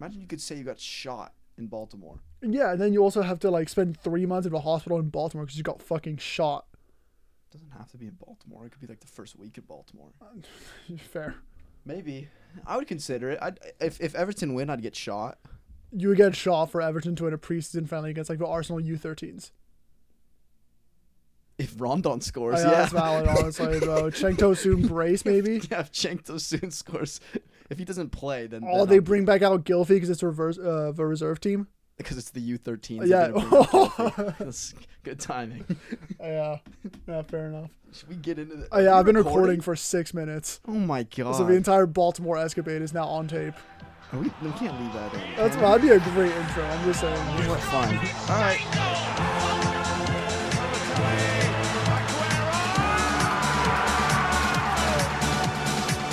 Imagine you could say you got shot in Baltimore. Yeah, and then you also have to like spend three months in a hospital in Baltimore because you got fucking shot. It doesn't have to be in Baltimore. It could be like the first week in Baltimore. Uh, Fair. Maybe I would consider it. I'd, if if Everton win, I'd get shot. You would get Shaw for Everton to win a preseason friendly against like the Arsenal U13s. If Rondon I scores, know, yeah, Oh, That's valid, honestly, bro. Cheng Tosun brace, maybe. yeah, if Chengto soon scores, if he doesn't play, then Oh, they bring back out Gilfie because it's reverse uh, the reserve team. because it's the U thirteen. Oh, Yeah. that's good timing. Yeah, yeah, fair enough. Should we get into the? Oh, yeah, I've been recording for six minutes, Oh my god! so the entire Baltimore escapade is now on tape. Are we, we can't leave that in. That's that'd be a great intro. I'm just saying. We're fine. All right.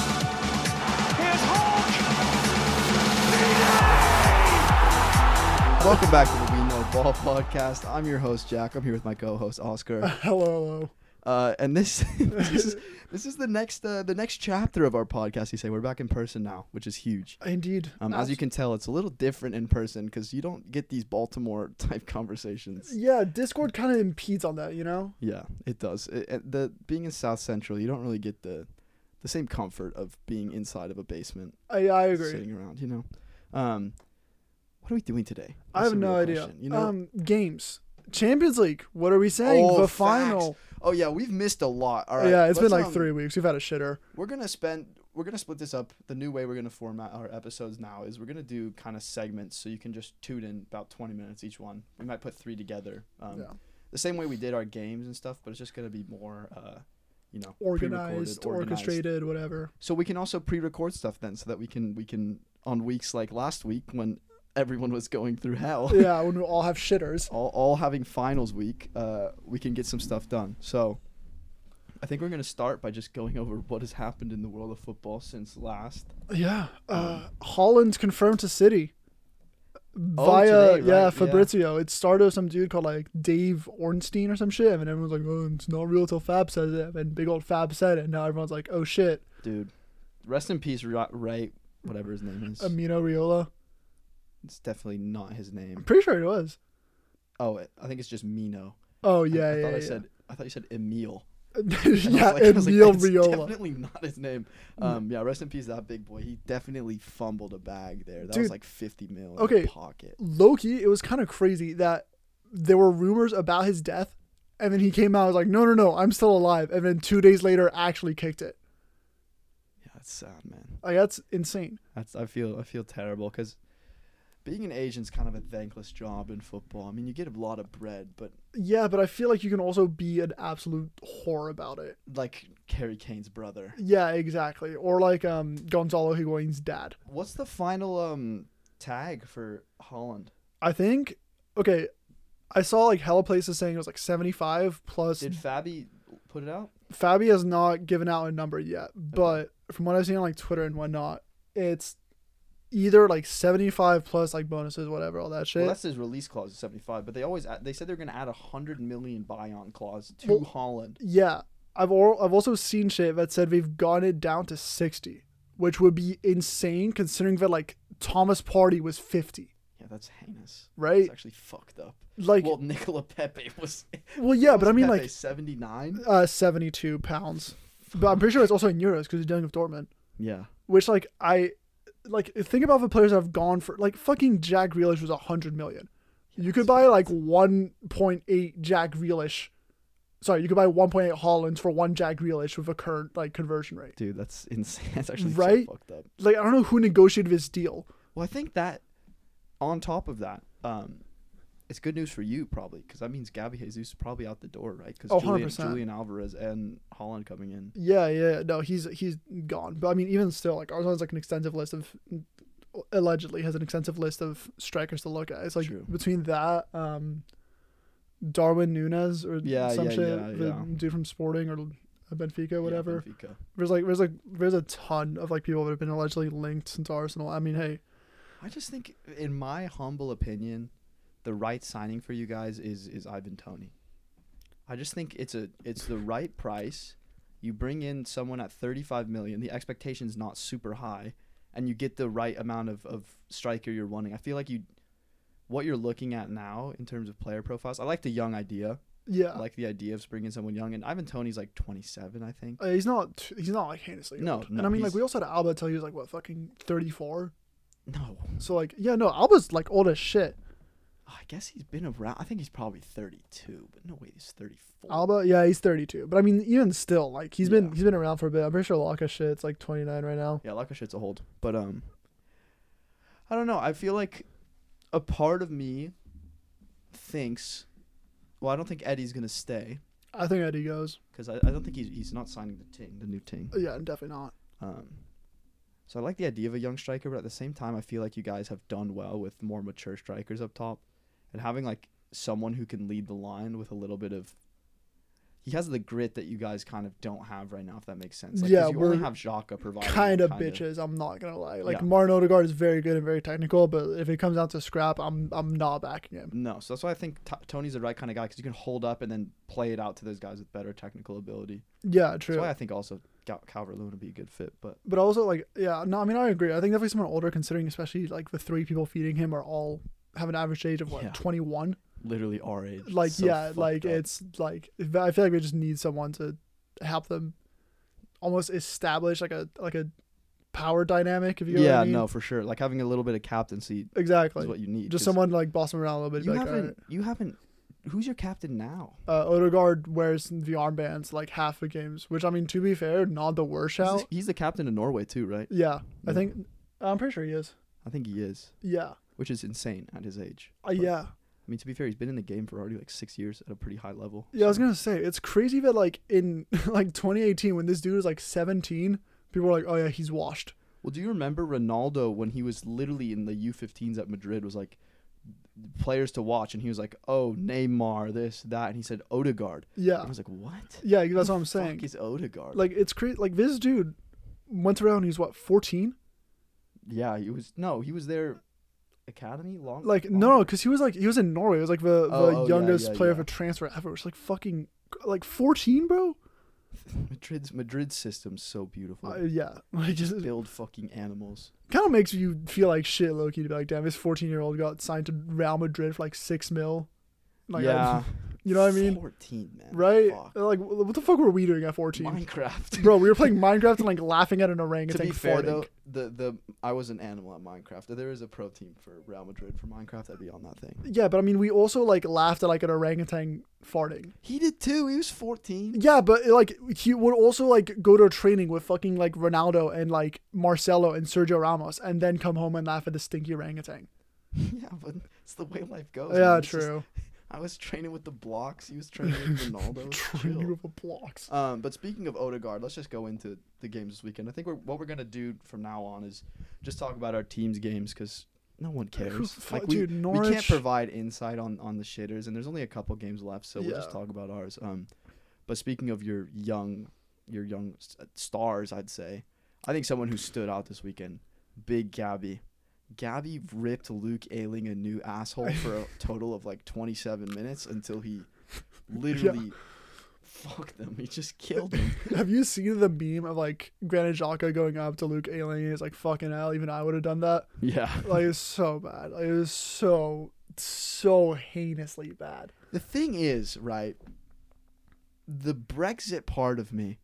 Here's Hulk. Welcome back to the We Know Ball podcast. I'm your host Jack. I'm here with my co-host Oscar. Hello, hello. Uh, and this this is this is the next uh, the next chapter of our podcast. You say we're back in person now, which is huge. Indeed. Um, as you can tell, it's a little different in person because you don't get these Baltimore type conversations. Yeah, Discord kind of impedes on that, you know. Yeah, it does. It, it- the being in South Central, you don't really get the the same comfort of being inside of a basement, I, I agree. sitting around. You know, um, what are we doing today? I That's have a no real idea. question, You know, Um, games, Champions League. What are we saying? Oh, the facts. final. Oh yeah, we've missed a lot. All right. yeah, it's been let's, like um, three weeks. We've had a shitter. We're gonna spend. We're gonna split this up. The new way we're gonna format our episodes now is we're gonna do kind of segments, so you can just tune in about twenty minutes each one. We might put three together. Um, Yeah. The same way we did our games and stuff, but it's just gonna be more, uh, you know, pre-recorded, Organized, organized. orchestrated, whatever. So we can also pre-record stuff then, so that we can we can on weeks like last week when everyone was going through hell. yeah, when we all have shitters. all, all having finals week, uh, we can get some stuff done. So I think we're going to start by just going over what has happened in the world of football since last. Yeah. Uh, Holland's confirmed to City. Mm. Oh, Via today, right? yeah Yeah. Fabrizio, it started with some dude called like Dave Ornstein or some shit, and everyone's like, "Oh, it's not real till Fab says it," and big old Fab said it, and now everyone's like, "Oh shit, Dude, rest in peace, Ra- Ray, whatever his name is. Amino Riola." it's definitely not his I'm name. pretty sure it was. Oh, it, I think it's just Mino. Oh I- yeah, I, yeah, thought I yeah. said I thought you said Emil. And I yeah, was like- I was like, Emil Mm. "That's Riola. Definitely not his name. Um, yeah, rest in peace, that big boy. He definitely fumbled a bag there. That Dude. was like fifty mil. In Okay. the pocket. Loki, it was kind of crazy that there were rumors about his death, and then he came out and was like, "No, no, no, I'm still alive," and then two days later, actually kicked it. Yeah, that's sad, man. Like that's insane. That's I feel I feel terrible because being an agent's kind of a thankless job in football. I mean, you get a lot of bread, but Yeah, but I feel like you can also be an absolute whore about it. like Kerry Kane's brother. Yeah, exactly. Or like um Gonzalo Higuain's dad. What's the final um tag for Holland? I think. Okay, I saw like hella places saying it was like 75 plus. Did Fabi put it out? Fabi has not given out a number yet, but from what I've seen on like Twitter and whatnot, it's either like 75 plus like bonuses, whatever, all that shit. Well, that's his release clause is seventy five, but they always add, they said they're going to add a hundred million buy-on clause to Well- Holland. yeah, I've or- I've also seen shit that said they've gone it down to 60, which would be insane considering that like Thomas Party was 50, Yeah, that's heinous. right? It's actually fucked up. like, well, well, Nicola Pepe was. yeah, but I mean like seventy nine. uh 72 pounds, but I'm pretty sure it's also in euros because he's dealing with Dortmund. Yeah. which like I like think about the players that have gone for like fucking Jack Grealish was a hundred million. You could buy like one point eight Jack Grealish. Sorry, you could buy one point eight Hollands for one Jack Grealish with a current like conversion rate. Dude, that's insane. That's actually Right? so fucked up. Like I don't know who negotiated this deal. Well, I think that on top of that, um, it's good news for you probably because that means Gabby Jesus is probably out the door, right? Because Oh, Julian, 100%. Julian Alvarez and Holland coming in. Yeah, yeah, no, he's he's gone. But I mean, even still, like Arsenal has like an extensive list of allegedly has an extensive list of strikers to look at. It's like True. between that, um, Darwin Nunes or Yeah, some yeah, shit, yeah, the yeah. dude from Sporting or Benfica, whatever. Yeah, Benfica. there's like there's like there's a ton of like people that have been allegedly linked to Arsenal. I mean, hey, I just think, in my humble opinion, the right signing for you guys is is Ivan Tony. I just think it's a it's the right price. You bring in someone at 35 million. The expectation's not super high, and you get the right amount of, of striker you're wanting. I feel like you, what you're looking at now in terms of player profiles, I like the young idea. Yeah. I like the idea of bringing someone young. And Ivan Tony's like 27, I think. Uh, he's not. t- He's not like heinously. No, old. no, And I mean, he's- like we also had Alba till he was like what, fucking thirty four. No, So like, yeah, no, Alba's like old as shit. I guess he's been around. I think he's probably 32, but no way, he's 34. Alba, yeah, he's thirty two. But I mean, even still, like he's been Yeah. he's been around for a bit. I'm pretty sure Laka shit's like twenty nine right now. Yeah, Laka shit's a hold. But um I don't know. I feel like a part of me thinks well, I don't think Eddie's gonna stay I think Eddie goes. because I, I don't think he's he's not signing the ting, the new ting. Yeah, definitely not. Um, so I like the idea of a young striker, but at the same time, I feel like you guys have done well with more mature strikers up top, and having like someone who can lead the line with a little bit of. He has the grit that you guys kind of don't have right now, if that makes sense. Like, 'cause Yeah, you only we're have Xhaka providing. Kind that of bitches. I'm not gonna lie. Like Yeah. Martin Odegaard is very good and very technical, but if it comes down to scrap, I'm I'm not backing him. No, so that's why I think t- Tony's the right kind of guy because you can hold up and then play it out to those guys with better technical ability. Yeah, true. That's why I think also Gal- Calvert Lewin would be a good fit, but but also like yeah no i mean i agree i think definitely someone older considering especially like the three people feeding him are all have an average age of Yeah. what 21 literally our age. like so yeah fucked like up. it's like if- i feel like we just need someone to help them almost establish like a like a power dynamic if you know yeah, what I mean. no, for sure. Like having a little bit of captaincy exactly is what you need. just 'cause- someone to, like boss them around a little bit you be like, haven't "Alright." you haven't who's your captain now uh, Odegaard wears the armbands like half the games which I mean to be fair not the he's, worst shout the- he's the captain of norway too right yeah I Yeah. think I'm pretty sure he is i think he is yeah which is insane at his age uh, yeah i mean to be fair he's been in the game for already like six years at a pretty high level Yeah, I was so- gonna say it's crazy that like in like 2018 when this dude was like 17, people were like, "Oh yeah, he's washed." well do you remember ronaldo when he was literally in the u15s at madrid was like players to watch and he was like oh neymar this that and he said odegaard and Yeah, i was like what yeah, that's what I'm Fuck saying. is odegaard Like it's crazy. Like this dude went around. He's what 14? yeah he was no he was there academy long Like long- no, no, because he was like he was in Norway. He was like the, Oh, the oh, yeah, youngest yeah, player yeah. for transfer ever. It's like fucking like 14, bro. madrid's madrid's system's so beautiful Uh, yeah, like just build fucking animals. kind of makes you feel like shit, Loki. To be like, damn, this 14 year old got signed to Real Madrid for like six mil. Like, yeah, you know what I mean? Fourteen, man. Right? Fuck. Like, wh- what the fuck were we doing at 14? Minecraft. Bro, we were playing Minecraft and like laughing at an orangutan. to be fair farting. though, the the I was an animal at Minecraft. If there is a pro team for Real Madrid for Minecraft, that'd be on that thing. Yeah, but I mean, we also like laughed at like an orangutan farting. He did too. He was fourteen. Yeah, but like he would also like go to training with fucking like Ronaldo and like Marcelo and Sergio Ramos, and then come home and laugh at the stinky orangutan. yeah, but it's the way life goes. yeah, man. It's just- true. I was training with the blocks. He was training with Ronaldo. It's Training chill. with the blocks. Um, but speaking of Odegaard, let's just go into the games this weekend. I think we're, what we're gonna do from now on is just talk about our team's games because no one Who cares. fu- Like we, dude, Norwich. we can't provide insight on on the shitters, and there's only a couple games left, so we'll just Yeah. talk about ours. Um, but speaking of your young, your young s- uh, stars, I'd say, I think someone who stood out this weekend, Big Gabby. Gabby ripped Luke Ailing a new asshole for a total of like 27 minutes until he literally fucked them. He just killed him. Have you seen the meme of like Granit Xhaka going up to Luke Ayling? and He's like, "Fucking hell, even I would have done that." yeah. Like it's so bad. Like, it was so so heinously bad. The thing is, right? The Brexit part of me.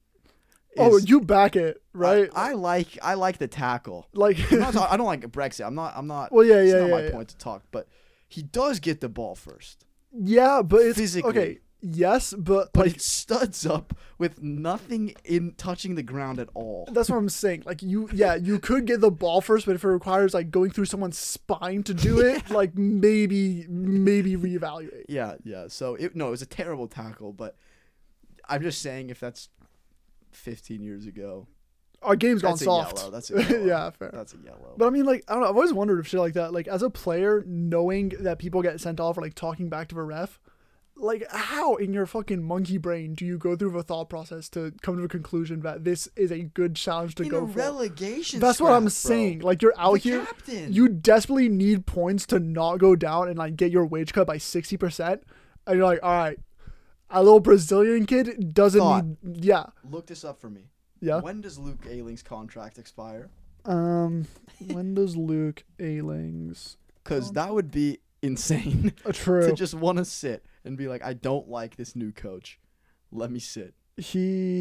Is, oh, you back it right? I, I like I like the tackle. like I'm not ta- I don't like Brexit. I'm not. I'm not. well, yeah, it's yeah, not yeah, my yeah. point to talk. But he does get the ball first, yeah. But it's Physically. okay. Yes, but but like it studs up with nothing in touching the ground at all. that's what I'm saying. Like you, yeah, you could get the ball first, but if it requires like going through someone's spine to do it, like maybe maybe reevaluate. Yeah, yeah. So it no, it was a terrible tackle. But I'm just saying, if that's 15 years ago, Our game's gone That's a soft. yellow, that's a yellow. yeah, fair. that's a yellow. But I mean, like, I don't know. I've always wondered if shit like that, like, as a player, knowing that people get sent off for, like, talking back to the ref, like, how in your fucking monkey brain do you go through the thought process to come to a conclusion that this is a good challenge to in a go for? relegation. That's what scrap, I'm bro. saying. Like, you're out The here. captain. You desperately need points to not go down and, like, get your wage cut by 60%. And you're like, all right, a little Brazilian kid doesn't Thought. need. Yeah. Look this up for me. Yeah. When does Luke Ailing's contract expire? Um, when does Luke Ailings? Because that would be insane Uh, to true. just want to sit and be like, I don't like this new coach. Let me sit.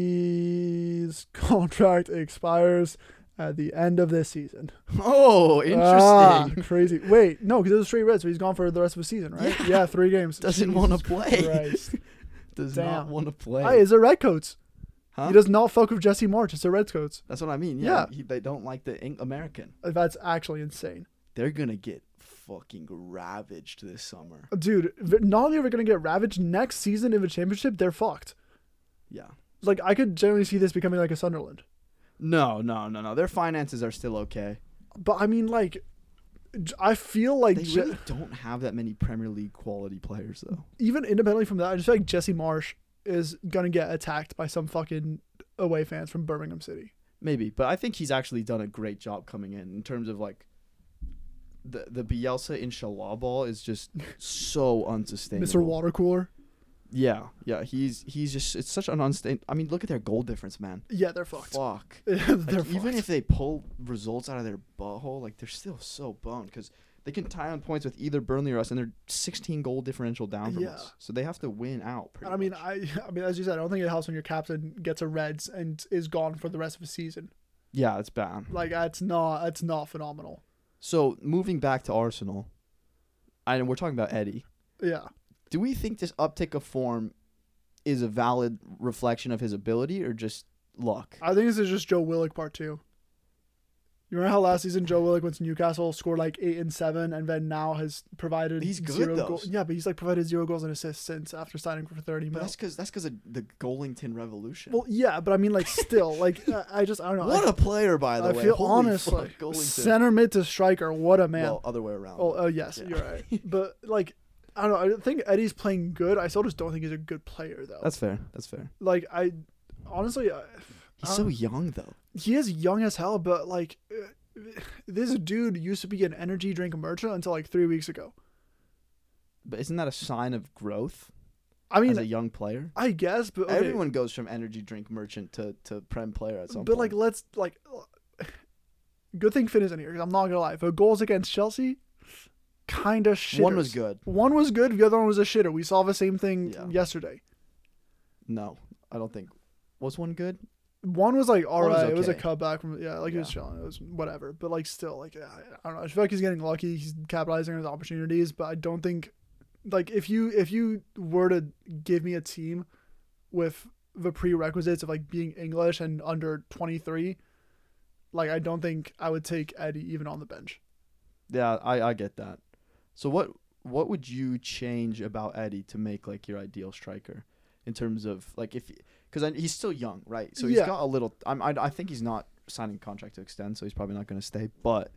His contract expires at the end of this season. Oh, interesting. Ah, crazy. Wait, no, because it was straight red, so he's gone for the rest of the season, right? Yeah. Yeah, three games. Doesn't want to play. Christ. Does not Damn. want to play. Hey, it's the Redcoats. Huh? He does not fuck with Jesse March. It's the Redcoats. That's what I mean. Yeah, Yeah. He, they don't like the Eng- American. Uh, That's actually insane. They're gonna get fucking ravaged this summer. Dude, v- not only are we going to get ravaged next season in the championship, they're fucked. Yeah. Like, I could generally see this becoming like a Sunderland. No, no, no, no. Their finances are still okay. But I mean, like, j- I feel like They Je- really don't have that many Premier League quality players though. even independently from that, I just feel like Jesse Marsh is going to get attacked by some fucking away fans from Birmingham City. Maybe, but I think he's actually done a great job coming in in terms of like the the Bielsa inshallah ball is just so unsustainable. Mr. Water Cooler. Yeah, yeah. He's he's just it's such an unstable. I mean, look at their goal difference, man. Yeah, they're fucked. Fuck. they're Like, fucked. even if they pull results out of their butthole, like they're still so boned because they can tie on points with either Burnley or us, and they're 16 goal differential down from Yeah. us. So they have to win out. Pretty And I mean, much. I, I mean, as you said, I don't think it helps when your captain gets a Reds and is gone for the rest of the season. yeah, it's bad. Like that's not that's not phenomenal. So moving back to Arsenal, I know we're talking about Eddie. Yeah, Do we think this uptick of form is a valid reflection of his ability or just luck? I think this is just Joe Willock part two. You remember how last season Joe Willock went to Newcastle, scored like eight and seven, and then now has provided He's good, zero though. goal- Yeah, but he's like provided zero goals and assists since after signing for thirty But mil. that's because that's because of the Golington revolution. Well, yeah, but I mean, like, still, like, I- I just I don't know. what I, a player, by the I way. feel Holy honestly fuck, Golington. center mid to striker. What a man. Well, other way around. Oh, oh yes, Yeah. you're right. But like, I don't know. I don't think Eddie's playing good. I still just don't think he's a good player though. that's fair. That's fair. like I, honestly, I, He's I so don't- young though. he is young as hell. But like, uh, this dude used to be an energy drink merchant until like three weeks ago. But isn't that a sign of growth I as mean, a I young player? guess, but okay. Everyone goes from energy drink merchant to, to prem player at some But point. like, let's like. Good thing Finn isn't here. 'cause I'm not gonna lie. The goals against Chelsea, kind of shit. one was good. One was good. The other one was a shitter. We saw the same thing Yeah. yesterday. No, I don't think. Was one good? One was like all One right. was It was a okay. cutback from yeah, like he was Yeah. chilling. It was whatever. But like still, like I, I don't know. I feel like he's getting lucky. He's capitalizing on his opportunities. But I don't think like if you if you were to give me a team with the prerequisites of like being English and under twenty three, like I don't think I would take Eddie even on the bench. Yeah, I, I get that. So what what would you change about Eddie to make like your ideal striker in terms of like if because he's still young, right? So he's Yeah. got a little. I'm, I I think he's not signing contract to extend, so he's probably not going to stay. But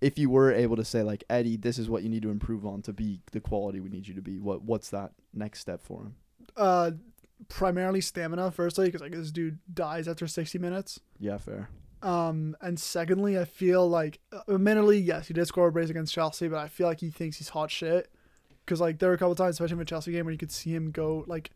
if you were able to say like Eddie, this is what you need to improve on to be the quality we need you to be. What what's that next step for him? Uh, primarily stamina. Firstly, because like this dude dies after sixty minutes. Yeah, fair. Um, and secondly, I feel like, uh, admittedly, yes, he did score a brace against Chelsea, but I feel like he thinks he's hot shit. Because, like, there were a couple times, especially in the Chelsea game, where you could see him go, like,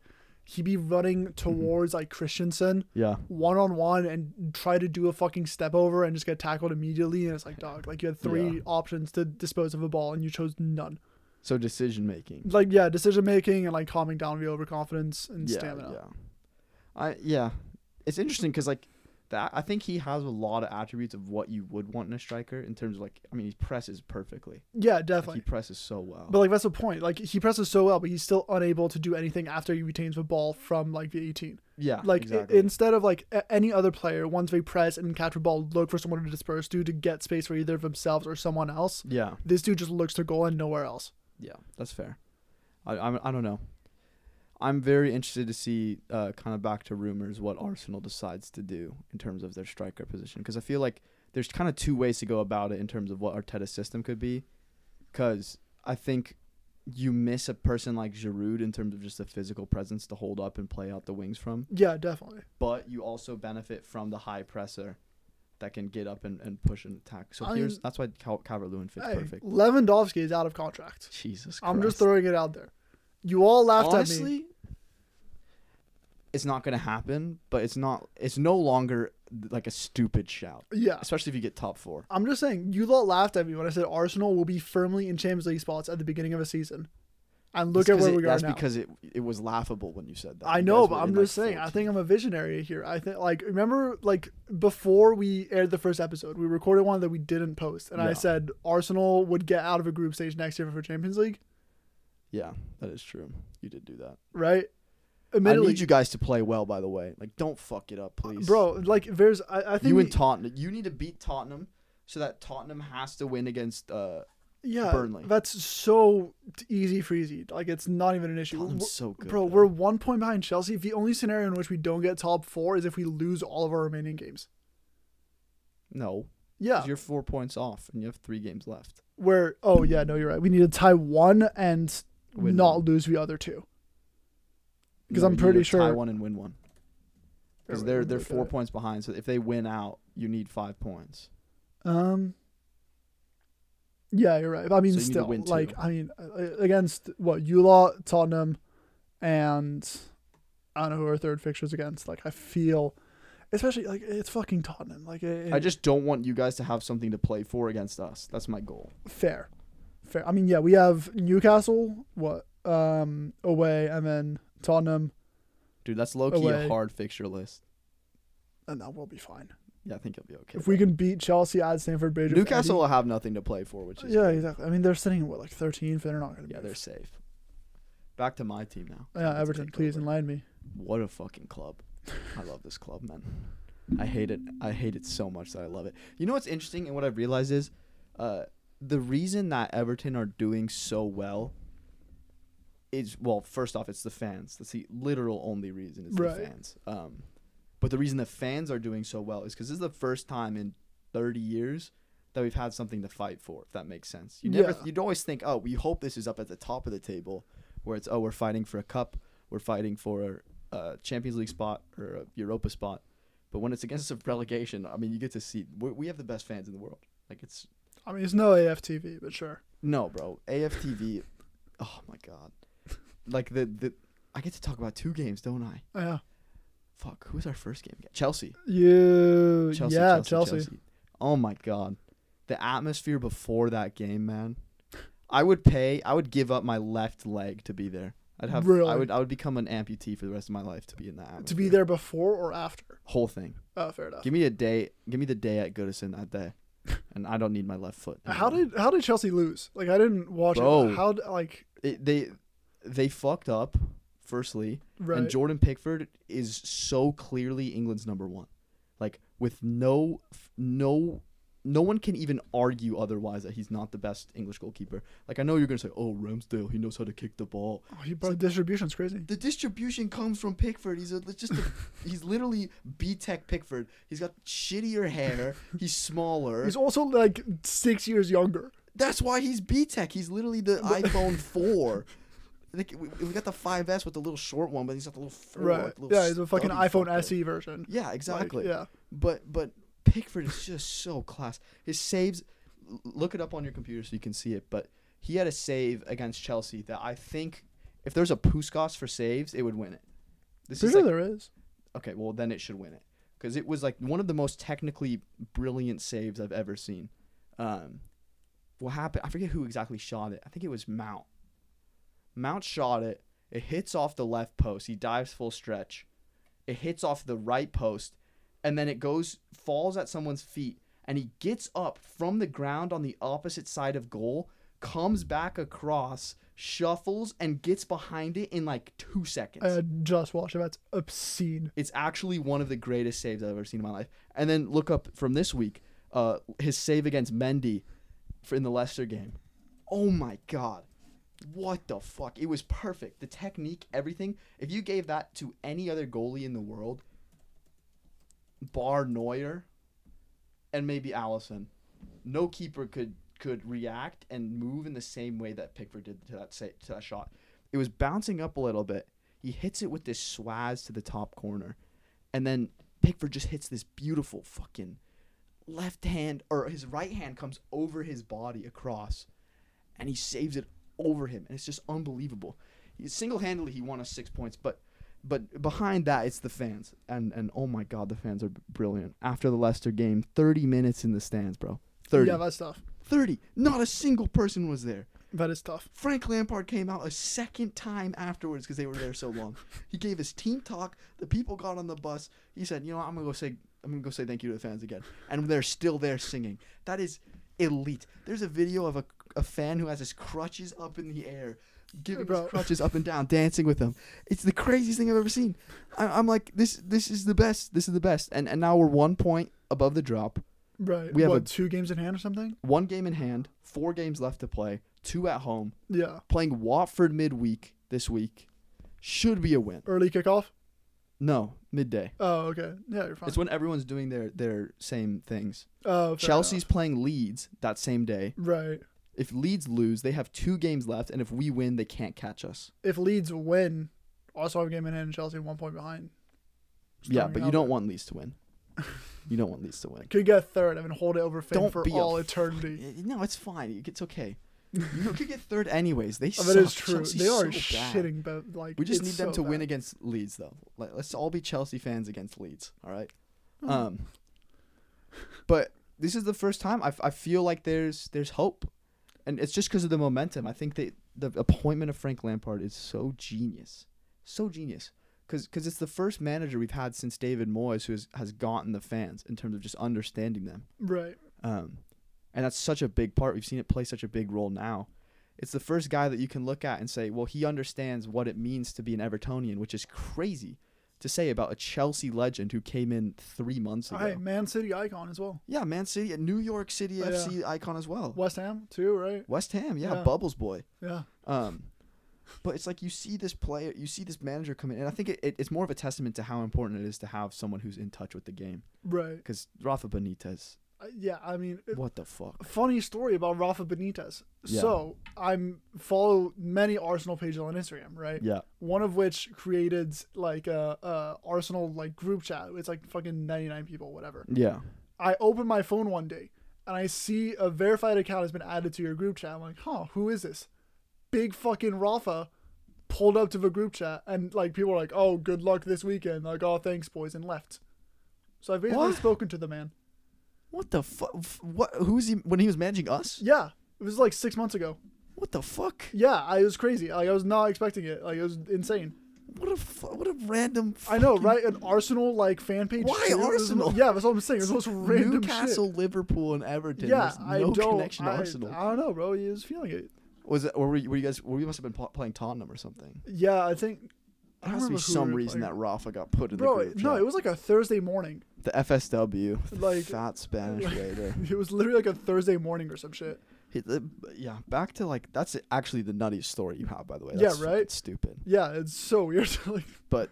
he'd be Mm-hmm. running towards, like, Christensen Yeah, one on one and try to do a fucking step over and just get tackled immediately. And it's like, dog, like, you had three Yeah. options to dispose of a ball and you chose none. so decision making. Like, yeah, decision making and, like, calming down the overconfidence and Yeah, stamina. yeah. I yeah, it's interesting because like that. I think he has a lot of attributes of what you would want in a striker in terms of like. I mean, he presses perfectly. Yeah, Like, he definitely. presses so well. But like that's the point. Like he presses so well, but he's still unable to do anything after he retains the ball from like the 18. yeah, Like i- Ah, exactly. instead of like a- any other player, once they press and catch a ball, look for someone to disperse to to get space for either themselves or someone else. yeah, This dude just looks to goal and nowhere else. yeah, that's fair. I I'm, I don't know. I'm very interested to see uh, kind of back to rumors what Arsenal decides to do in terms of their striker position because I feel like there's kind of two ways to go about it in terms of what Arteta's system could be. Because I think you miss a person like Giroud in terms of just the physical presence to hold up and play out the wings from, Yeah, definitely. but you also benefit from the high presser that can get up and, and push and attack. So I here's mean- that's why Cal- Calvert Lewin fits Hey, perfect. Lewandowski is out of contract. Jesus Christ. I'm just throwing it out there. You all laughed at me. Honestly, it's not going to happen, but it's not it's no longer like a stupid shout, Yeah. especially if you get top four. I'm just saying, you lot laughed at me when I said Arsenal will be firmly in Champions League spots at the beginning of a season. And look It's at 'cause where it- we are That's now. because it it was laughable when you said that. I You know, guys but were I'm in, just like, saying. I 14. think I'm a visionary here. I think, like, remember, like before we aired the first episode, we recorded one that we didn't post, and I Yeah. said Arsenal would get out of a group stage next year for Champions League, Yeah, that is true. You did do that. right? I Admittedly, need you guys to play well, by the way. Like, don't fuck it up, please, E bro. Like, there's, I, I think, You we- and Tottenham. You need to beat Tottenham so that Tottenham has to win against. Uh, yeah, Burnley. That's so t- easy, freezy. Like, it's not even an issue. Tottenham's We're- so good, bro. though. We're one point behind Chelsea. The only scenario in which we don't get top four is if we lose all of our remaining games. no, 'cause Yeah, you're four points off, and you have three games left. where oh yeah, no, you're right. We need to tie one and Win not one. lose the other two. Because No, I'm you pretty either tie sure- one and win one. Because Or they're wait, they're look at four it. points behind. So if they win out, you need five points. Um. Yeah, you're right. I mean, So you need to still, win two. like, I mean, uh, against what you lot, Tottenham, and I don't know who our third fixtures against. Like, I feel, especially like it's fucking Tottenham. Like, it, I just don't want you guys to have something to play for against us. That's my goal. fair, fair. I mean, yeah, we have Newcastle, what, um, away, and then Tottenham, Dude, that's low key Away. a hard fixture list. and that will be fine Yeah, I think it'll be okay. if we can beat Chelsea at Stanford Bridge. if Newcastle will have nothing to play for, which Eddie- is yeah, exactly. I mean, they're sitting what like 13th. They're not going to yeah, be. they're safe. Back to my team now. Yeah, Let's Everton, take please over. enlighten me. What a fucking club. I love this club, man. I hate it. I hate it so much that I love it. You know what's interesting and what I've realized is uh, the reason that Everton are doing so well is, well, first off, it's the fans. That's the literal only reason is Right. the fans. Um, but the reason the fans are doing so well is because this is the first time in 30 years that we've had something to fight for, if that makes sense. You never, Yeah. You'd always think, oh, we hope this is up at the top of the table where it's, oh, we're fighting for a cup, we're fighting for a Champions League spot or a Europa spot. But when it's against a relegation, I mean, you get to see we we have the best fans in the world. Like it's I mean, it's no AFTV, but sure. no, bro. AFTV. oh my god. Like the the I get to talk about two games, don't I? Yeah. Fuck. Who was our first game? again? Chelsea. You. Chelsea. yeah, Chelsea, Chelsea. Oh my god. The atmosphere before that game, man. I would pay. I would give up my left leg to be there. I'd have. Really? I would. I would become an amputee for the rest of my life to be in that. Atmosphere. To be there before or after? Whole thing. Oh, fair enough. Give me a day. Give me the day at Goodison that day, and I don't need my left foot. How anymore. did how did Chelsea lose? Like I didn't watch it. Bro. but How d- like It- they they fucked up? Firstly, right? and Jordan Pickford is so clearly England's number one, like with no no no one can even argue otherwise that he's not the best English goalkeeper. Like I know you're gonna say, oh Ramsdale, he knows how to kick the ball. oh, he brought distribution's crazy. The distribution comes from Pickford. He's a, just a, he's literally B Tech Pickford. He's got shittier hair. He's smaller. He's also like six years younger. That's why he's B Tech. He's literally the iPhone 4. Like, we, we got the 5S with the little short one, but he's got the little 4. Right. Oh, little Yeah, he's a fucking stubby iPhone fucker. SE version. Yeah, exactly. Like, yeah. But but Pickford is just so class. His saves, l- look it up on your computer so you can see it, but he had a save against Chelsea that I think if there's a Puskas for saves, it would win it. This Pretty is sure like, there is. okay, well then it should win it because it was like one of the most technically brilliant saves I've ever seen. Um, what happened? I forget who exactly shot it. I think it was Mount. Mount shot it. It hits off the left post. He dives full stretch. It hits off the right post, and then it goes falls at someone's feet, and he gets up from the ground on the opposite side of goal, comes back across, shuffles, and gets behind it in like two seconds. I had just watched it. That's obscene. It's actually one of the greatest saves I've ever seen in my life. And then look up from this week, uh, his save against Mendy for in the Leicester game. Oh my god. What the fuck? It was perfect. The technique, everything. If you gave that to any other goalie in the world, bar Neuer and maybe Allison, no keeper could could react and move in the same way that Pickford did to that sa- to that shot. It was bouncing up a little bit. He hits it with this swaz to the top corner, and then Pickford just hits this beautiful fucking left hand or his right hand comes over his body across, and he saves it over him, and it's just unbelievable. He, single-handedly, he won us six points, but But behind that, it's the fans, and and oh my god, the fans are brilliant. After the Leicester game, thirty minutes in the stands, bro. Thirty. Yeah, that's tough. 30. Not a single person was there. That is tough. Frank Lampard came out a second time afterwards because they were there so long. he gave his team talk. The people got on the bus. He said, "You know, what? I'm gonna go say I'm gonna go say thank you to the fans again." And they're still there singing. That is elite. There's a video of a, a fan who has his crutches up in the air, giving Bro. his crutches up and down, dancing with them. It's the craziest thing I've ever seen. I, I'm like, this this is the best. This is the best. And and now we're one point above the drop. Right. We have what, a- two games in hand or something? one game in hand, four games left to play, two at home, Yeah. playing Watford midweek this week. Should be a win. Early kickoff? No, midday. Oh, okay. Yeah, you're fine. It's when everyone's doing their, their same things. oh, fair Chelsea's playing Leeds that same day. enough. Right. If Leeds lose, they have two games left, and if we win, they can't catch us. If Leeds win, also have a game in hand and Chelsea one point behind. Just yeah, throwing but it you out don't there. want Leeds to win. You don't want Leeds to win. Could get third and hold it over Finn Don't for be a all fucking eternity. Eh, No, it's fine. It's okay. You could get third anyways. They Oh, suck. that is true. Chelsea's they are so bad. shitting, but like We just it's need them to so win bad. against Leeds, though. Let, let's all be Chelsea fans against Leeds, all right? Mhm. Um, but this is the first time I, f- I feel like there's there's hope, and it's just because of the momentum. I think that the appointment of Frank Lampard is so genius, so genius, because it's the first manager we've had since David Moyes who has, has gotten the fans in terms of just understanding them. Right. Um, and that's such a big part. We've seen it play such a big role now. It's the first guy that you can look at and say, well, he understands what it means to be an Evertonian, which is crazy to say about a Chelsea legend who came in three months ago. Hey, Man City icon as well. Yeah, Man City, a New York City Oh, yeah. FC icon as well. West Ham too, right? West Ham, yeah, Yeah. Bubbles boy. Yeah. Um, but it's like you see this player, you see this manager come in, and I think it, it, it's more of a testament to how important it is to have someone who's in touch with the game. Right. Because Rafa Benitez, Uh, Yeah, I mean, it- what the fuck? funny story about Rafa Benitez. Yeah. So I'm follow many Arsenal pages on Instagram, right? Yeah, One of which created like a, a Arsenal like group chat. It's like fucking 99 people, whatever. yeah, I open my phone one day and I see a verified account has been added to your group chat. I'm like, huh, who is this? Big fucking Rafa pulled up to the group chat and like people were like, oh, good luck this weekend. Like, oh, thanks, boys, and left. So I've basically What? spoken to the man. What the fuck? What? Who's he? When he was managing us? Yeah, it was like six months ago. What the fuck? Yeah, I it was crazy. Like I was not expecting it. Like it was insane. What a fu- what a random. I know, fucking- right? An Arsenal like fan page. Why too? It was- Arsenal? yeah, that's what I'm saying. It was the most random Newcastle, Liverpool, and Everton. shit. Yeah, There's I no don't. connection to I, Arsenal. I don't know, bro. He was feeling it. was it? Or were you, were you guys? Were you must have been pl- playing Tottenham or something? Yeah, I think. There has to be some reason that Rafa got put in Bro, the group. no, chat. it was like a Thursday morning. the FSW, the Like- fat Spanish waiter. It was literally like a Thursday morning or some shit. He- the- yeah, back to like that's actually the nuttiest story you have, by the way. Yeah, That's fucking right? Stupid. Yeah, it's so weird. like, but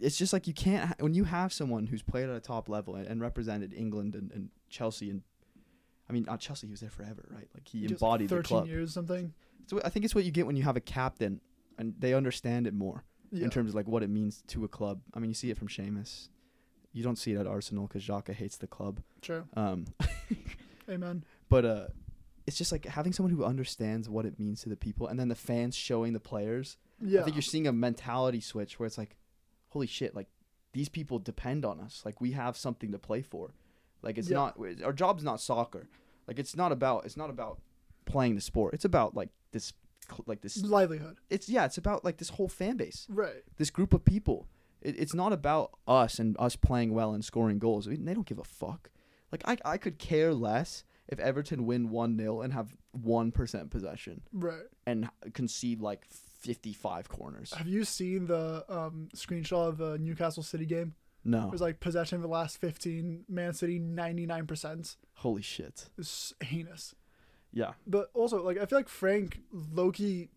it's just like you can't ha- when you have someone who's played at a top level and, and represented England and, and Chelsea and I mean not Chelsea he was there forever right like he just embodied the thirteen club. years something. So I think it's what you get when you have a captain and they understand it more Yeah, in terms of like what it means to a club. I mean you see it from Seamus. You don't see it at Arsenal because Xhaka hates the club. true. Um, Amen. but uh, it's just like having someone who understands what it means to the people and then the fans showing the players Yeah, I think you're seeing a mentality switch where it's like, holy shit, like these people depend on us. Like we have something to play for. Like it's Yeah. not our job's not soccer. Like it's not about it's not about playing the sport. It's about like this cl- like this livelihood. it's yeah, it's about like this whole fan base. Right. This group of people. It, it's not about us and us playing well and scoring goals. I mean, they don't give a fuck. Like I I could care less if Everton win 1-0 and have 1% possession Right. and concede like 55 corners. Have you seen the um, screenshot of the Newcassion City game? No. It was like possession of the last 15, Man City 99%. Holy shit. It's heinous. Yeah. But also, like, I feel like Frank Loki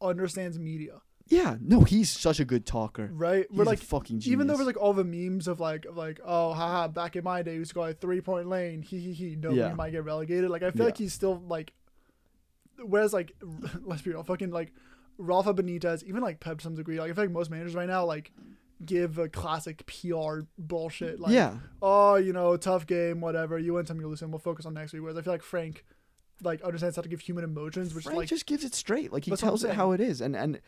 understands media, Yeah. No, he's such a good talker. right? He's We're like, a fucking genius. even though there's like all the memes of like, of like, oh, haha, back in my day, we used to go like three point lane, he he he, no, Yeah. we might get relegated. Like, I feel Yeah. like he's still like, whereas like, let's be real, fucking like Rafa Benitez, even like Pep to some degree, like, I feel like most managers right now, like, give a classic PR bullshit. Like, yeah. oh, you know, tough game, whatever. You win some, you lose some. We'll focus on next week. Whereas I feel like Frank, like, understands how to give human emotions, which Frank like, just gives it straight. Like he That's what I'm tells it saying. how it is, and and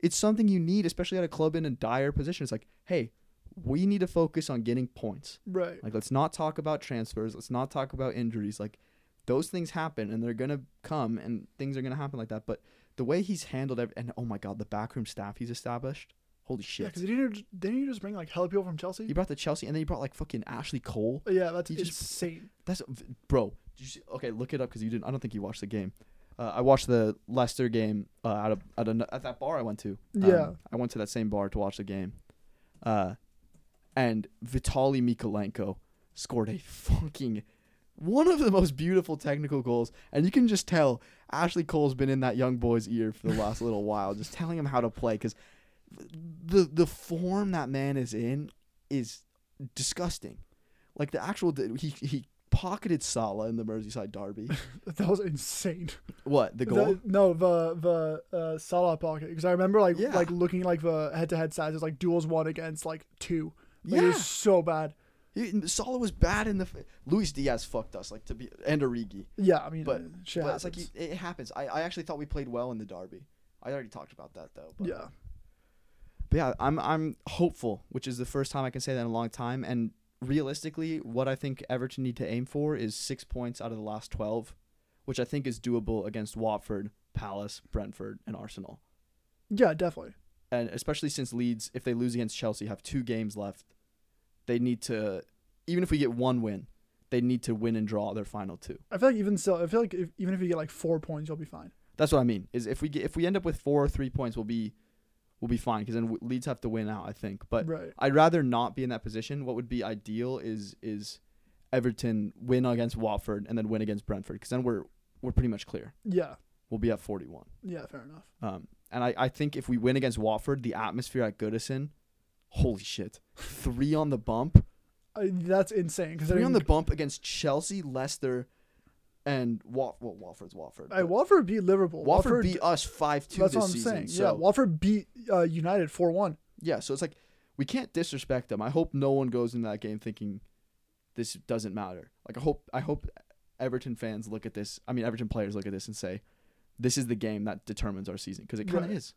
it's something you need, especially at a club in a dire position. It's like, hey, we need to focus on getting points. Right. Like, let's not talk about transfers. Let's not talk about injuries. Like, those things happen and they're going to come and things are going to happen like that. But the way he's handled ev- and oh my God, the backroom staff he's established. Holy Yeah, shit. because didn't didn't you just bring like hella people from Chelsea? he brought the Chelsea and then he brought like fucking Ashley Cole. yeah, that's he just- insane. That's bro. Did you see, okay, look it up because you didn't. I don't think you watched the game. Uh, I watched the Leicester game uh, at a, at, an at that bar I went to. Um, Yeah. I went to that same bar to watch the game, uh, and Vitali Mikolenko scored a fucking one of the most beautiful technical goals, and you can just tell Ashley Cole's been in that young boy's ear for the last little while, just telling him how to play because the the form that man is in is disgusting. Like the actual he he pocketed Salah in the Merseyside derby. That was insane. what the The- goal? no, the the uh, Salah pocket because I remember like Yeah. like looking like the head to head stats it was like duels one against like two. Like, it yeah, was so bad. He- Salah was bad in the. f- Luis Diaz fucked us like to be and Origi. Yeah, I mean, But- shit But it's like happens. you- it happens. I, I actually thought we played well in the derby. I already talked about that though. But, yeah, But yeah, I'm I'm hopeful, which is the first time I can say that in a long time. And realistically, what I think Everton need to aim for is six points out of the last twelve, which I think is doable against Watford, Palace, Brentford, and Arsenal. yeah, definitely. and especially since Leeds, if they lose against Chelsea, have two games left. They need to, even if we get one win, they need to win and draw their final two. I feel like even still, I feel like if, even if you get like four points, you'll be fine. That's what I mean. Is if we get if we end up with four or three points, we'll be, we'll be fine because then w- Leeds have to win out, I think. But right. I'd rather not be in that position. What would be ideal is is Everton win against Watford and then win against Brentford because then we're we're pretty much clear. Yeah. We'll be at forty one. Yeah. Fair enough. Um, and I, I think if we win against Watford, the atmosphere at Goodison, holy shit, three on the bump, I, that's insane. Because three on the bump against Chelsea, Leicester, and Wat. Well, Watford's Watford. Hey, but Watford beat Liverpool. Watford, beat us five two That's this what I'm season. saying. So yeah, Watford beat uh, United four one. yeah, so it's like we can't disrespect them. I hope no one goes into that game thinking this doesn't matter. Like I hope I hope Everton fans look at this. I mean Everton players look at this and say this is the game that determines our season because it kind of Right. is.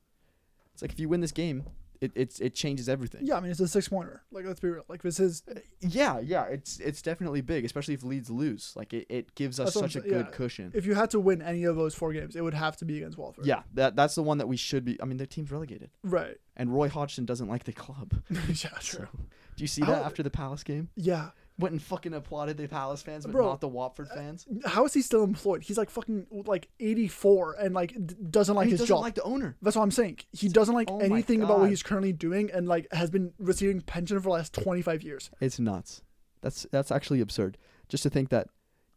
It's like if you win this game, it it's, it changes everything. Yeah, I mean it's a six pointer. Like let's be real. Like this is Yeah, yeah, it's it's definitely big, especially if Leeds lose. Like it, it gives us That's what I'm such a sa- good yeah. cushion. if you had to win any of those four games, it would have to be against Watford. yeah, that that's the one that we should be. I mean, their team's relegated, Right. and Roy Hodgson doesn't like the club. yeah. True. Do you see that How- after the Palace game? Yeah. Went and fucking applauded the Palace fans, but Bro, not the Watford fans. How is he still employed? He's like fucking like eighty four and like d- doesn't like he his doesn't job. like the owner. That's what I'm saying. He doesn't like Oh my anything about what God. he's currently doing and like has been receiving pension for the last twenty five years. It's nuts. That's that's actually absurd. Just to think that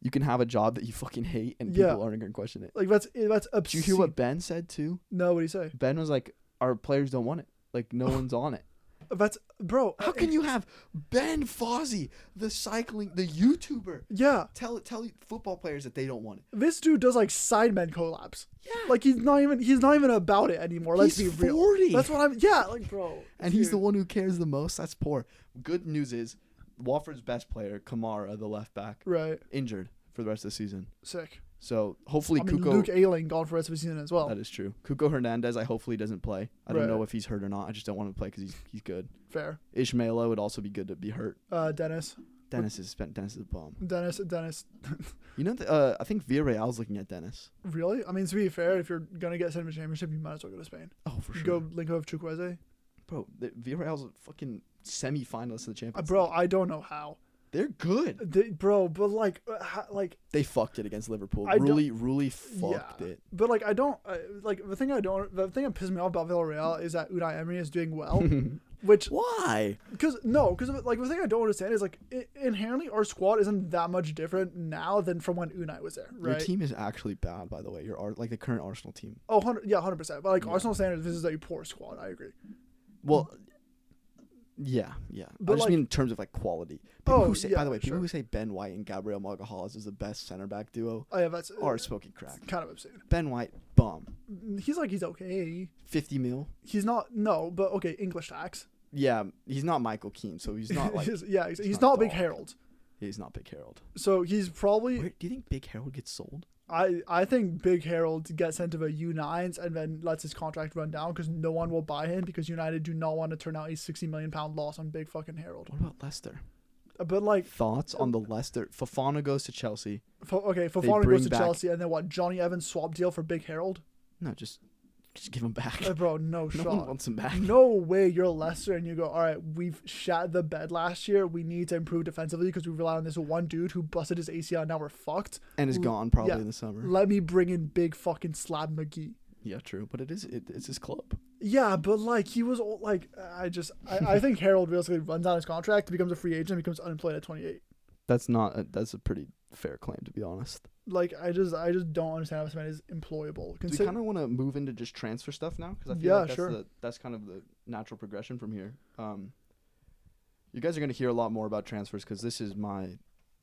you can have a job that you fucking hate and Yeah. people aren't gonna question it. Like that's that's Did obscene. you hear what Ben said too? No, what do you say? Ben was like, "Our players don't want it. Like no one's on it." That's bro. How can you have Ben Fozzie, the cycling, the YouTuber, Yeah. tell tell football players that they don't want it? this dude does like sidemen collabs. Yeah. Like he's not even he's not even about it anymore. Let's He's be real. 40. That's what I'm. Yeah, like bro. And he's the dude. one who cares the most. That's poor. Good news is, Wofford's best player, Kamara, the left back, right. injured for the rest of the season. Sick. So hopefully, I mean, Kuko. Luke Ayling gone for the rest of the season as well. that is true. Kuko Hernandez, I hopefully doesn't play. I don't Right. know if he's hurt or not. I just don't want him to play because he's he's good. Fair. Ishmaela would also be good to be hurt. Uh, Dennis, Dennis is Dennis is a bomb. Dennis, Dennis. You know, the, uh, I think Villarreal's looking at Dennis. really? I mean, to be fair, if you're gonna get sent to a championship, you might as well go to Spain. Oh, for sure. Go link up with Chukwueze. Bro, the Villarreal's a fucking semi-finalist of the Champions. Uh, League. bro, I don't know how. they're good. They, bro, but like, uh, how, like They fucked it against Liverpool. I don't- Really, really fucked Yeah. it. But like I don't I, like the thing I don't the thing that pisses me off about Villarreal is that Unai Emery is doing well, which Why? because no because like the thing I don't understand is like i inherently our squad isn't that much different now than from when Unai was there, Your right? team is actually bad, by the way. Your Ar- like the current Arsenal team. Oh, 100, yeah, hundred percent. But like Arsenal standards, this is a poor squad. I agree. Well, yeah, yeah. But, I just like- mean in terms of like quality. People Oh, who say, yeah, by the way, people sure. who say Ben White and Gabriel Margahalas is the best center back duo Oh yeah, that's are smoking crack. kind of obscene. Ben White, bomb. He's like he's okay. Fifty mil. He's not no, but okay. English tax. Yeah, he's not Michael Keane, so he's not like He's- yeah, he's, he's not not Big dog. Harold. he's not Big Harold. So he's probably Where, do you think Big Harold gets sold? I I think Big Harold gets sent to a U9s and then lets his contract run down because no one will buy him because United do not want to turn out a 60 million pound loss on big fucking Harold. What about Leicester? But like, Thoughts on the Leicester? Fafana goes to Chelsea. F- okay, Fofana goes bring to back- Chelsea and then what? Johnny Evans swap deal for Big Harold? No, just just give him back. Uh, bro, no no shot. one wants him back. no way you're Leicester and you go, all right, we've shat the bed last year. We need to improve defensively because we rely on this one dude who busted his ACL and now we're fucked. And is L- gone probably yeah. in the summer. Let me bring in big fucking Slab McGee. Yeah, true. But it is it, it's his club. Yeah, but like he was all, like, I just, I, I think Harold realistically runs out his contract, becomes a free agent, becomes unemployed at 28. That's not a, that's a pretty fair claim to be honest. Like I just, I just don't understand how this man is employable. Do we Consi- kind of want to move into just transfer stuff now? Because I feel Yeah, like that's, sure. the, that's kind of the natural progression from here. Um, you guys are going to hear a lot more about transfers because this is my.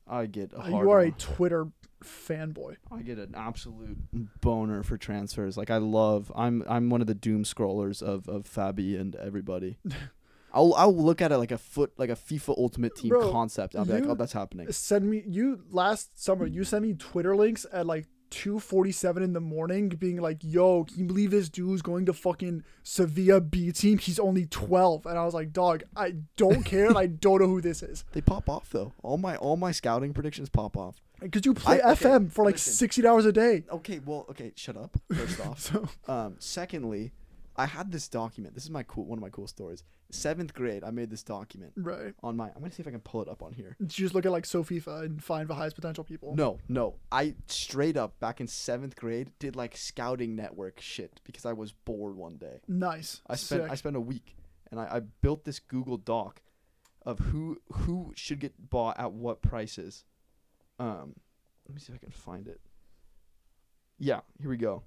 I get a Uh, hard you are a on. Twitter fanboy. I get an absolute boner for transfers. Like I love I'm I'm one of the doom scrollers of of Fabi and everybody. I'll I'll look at it like a foot like a FIFA ultimate team Bro, concept. I'll be like, you- "Oh, that's happening." Send me you last summer. You sent me Twitter links at like. 2:47 in the morning, being like, "Yo, can you believe this dude's going to fucking Sevilla B team? He's only 12." And I was like, "Dog, I don't care. and I don't know who this is." They pop off though. All my all my scouting predictions pop off. Because you play I- okay, FM for like listen. 16 hours a day. Okay, well, okay, shut up. First off. So Um, secondly, I had this document. This is my cool one of my cool stories. 7th grade, I made this document right, on my I'm going to see if I can pull it up on here. Did you just look at like SoFIFA and find the highest potential people. No, no. I straight up back in seventh grade did like scouting network shit because I was bored one day. nice. I spent Sick. I spent a week and I, I built this Google Doc of who who should get bought at what prices. Um let me see if I can find it. Yeah, here we go.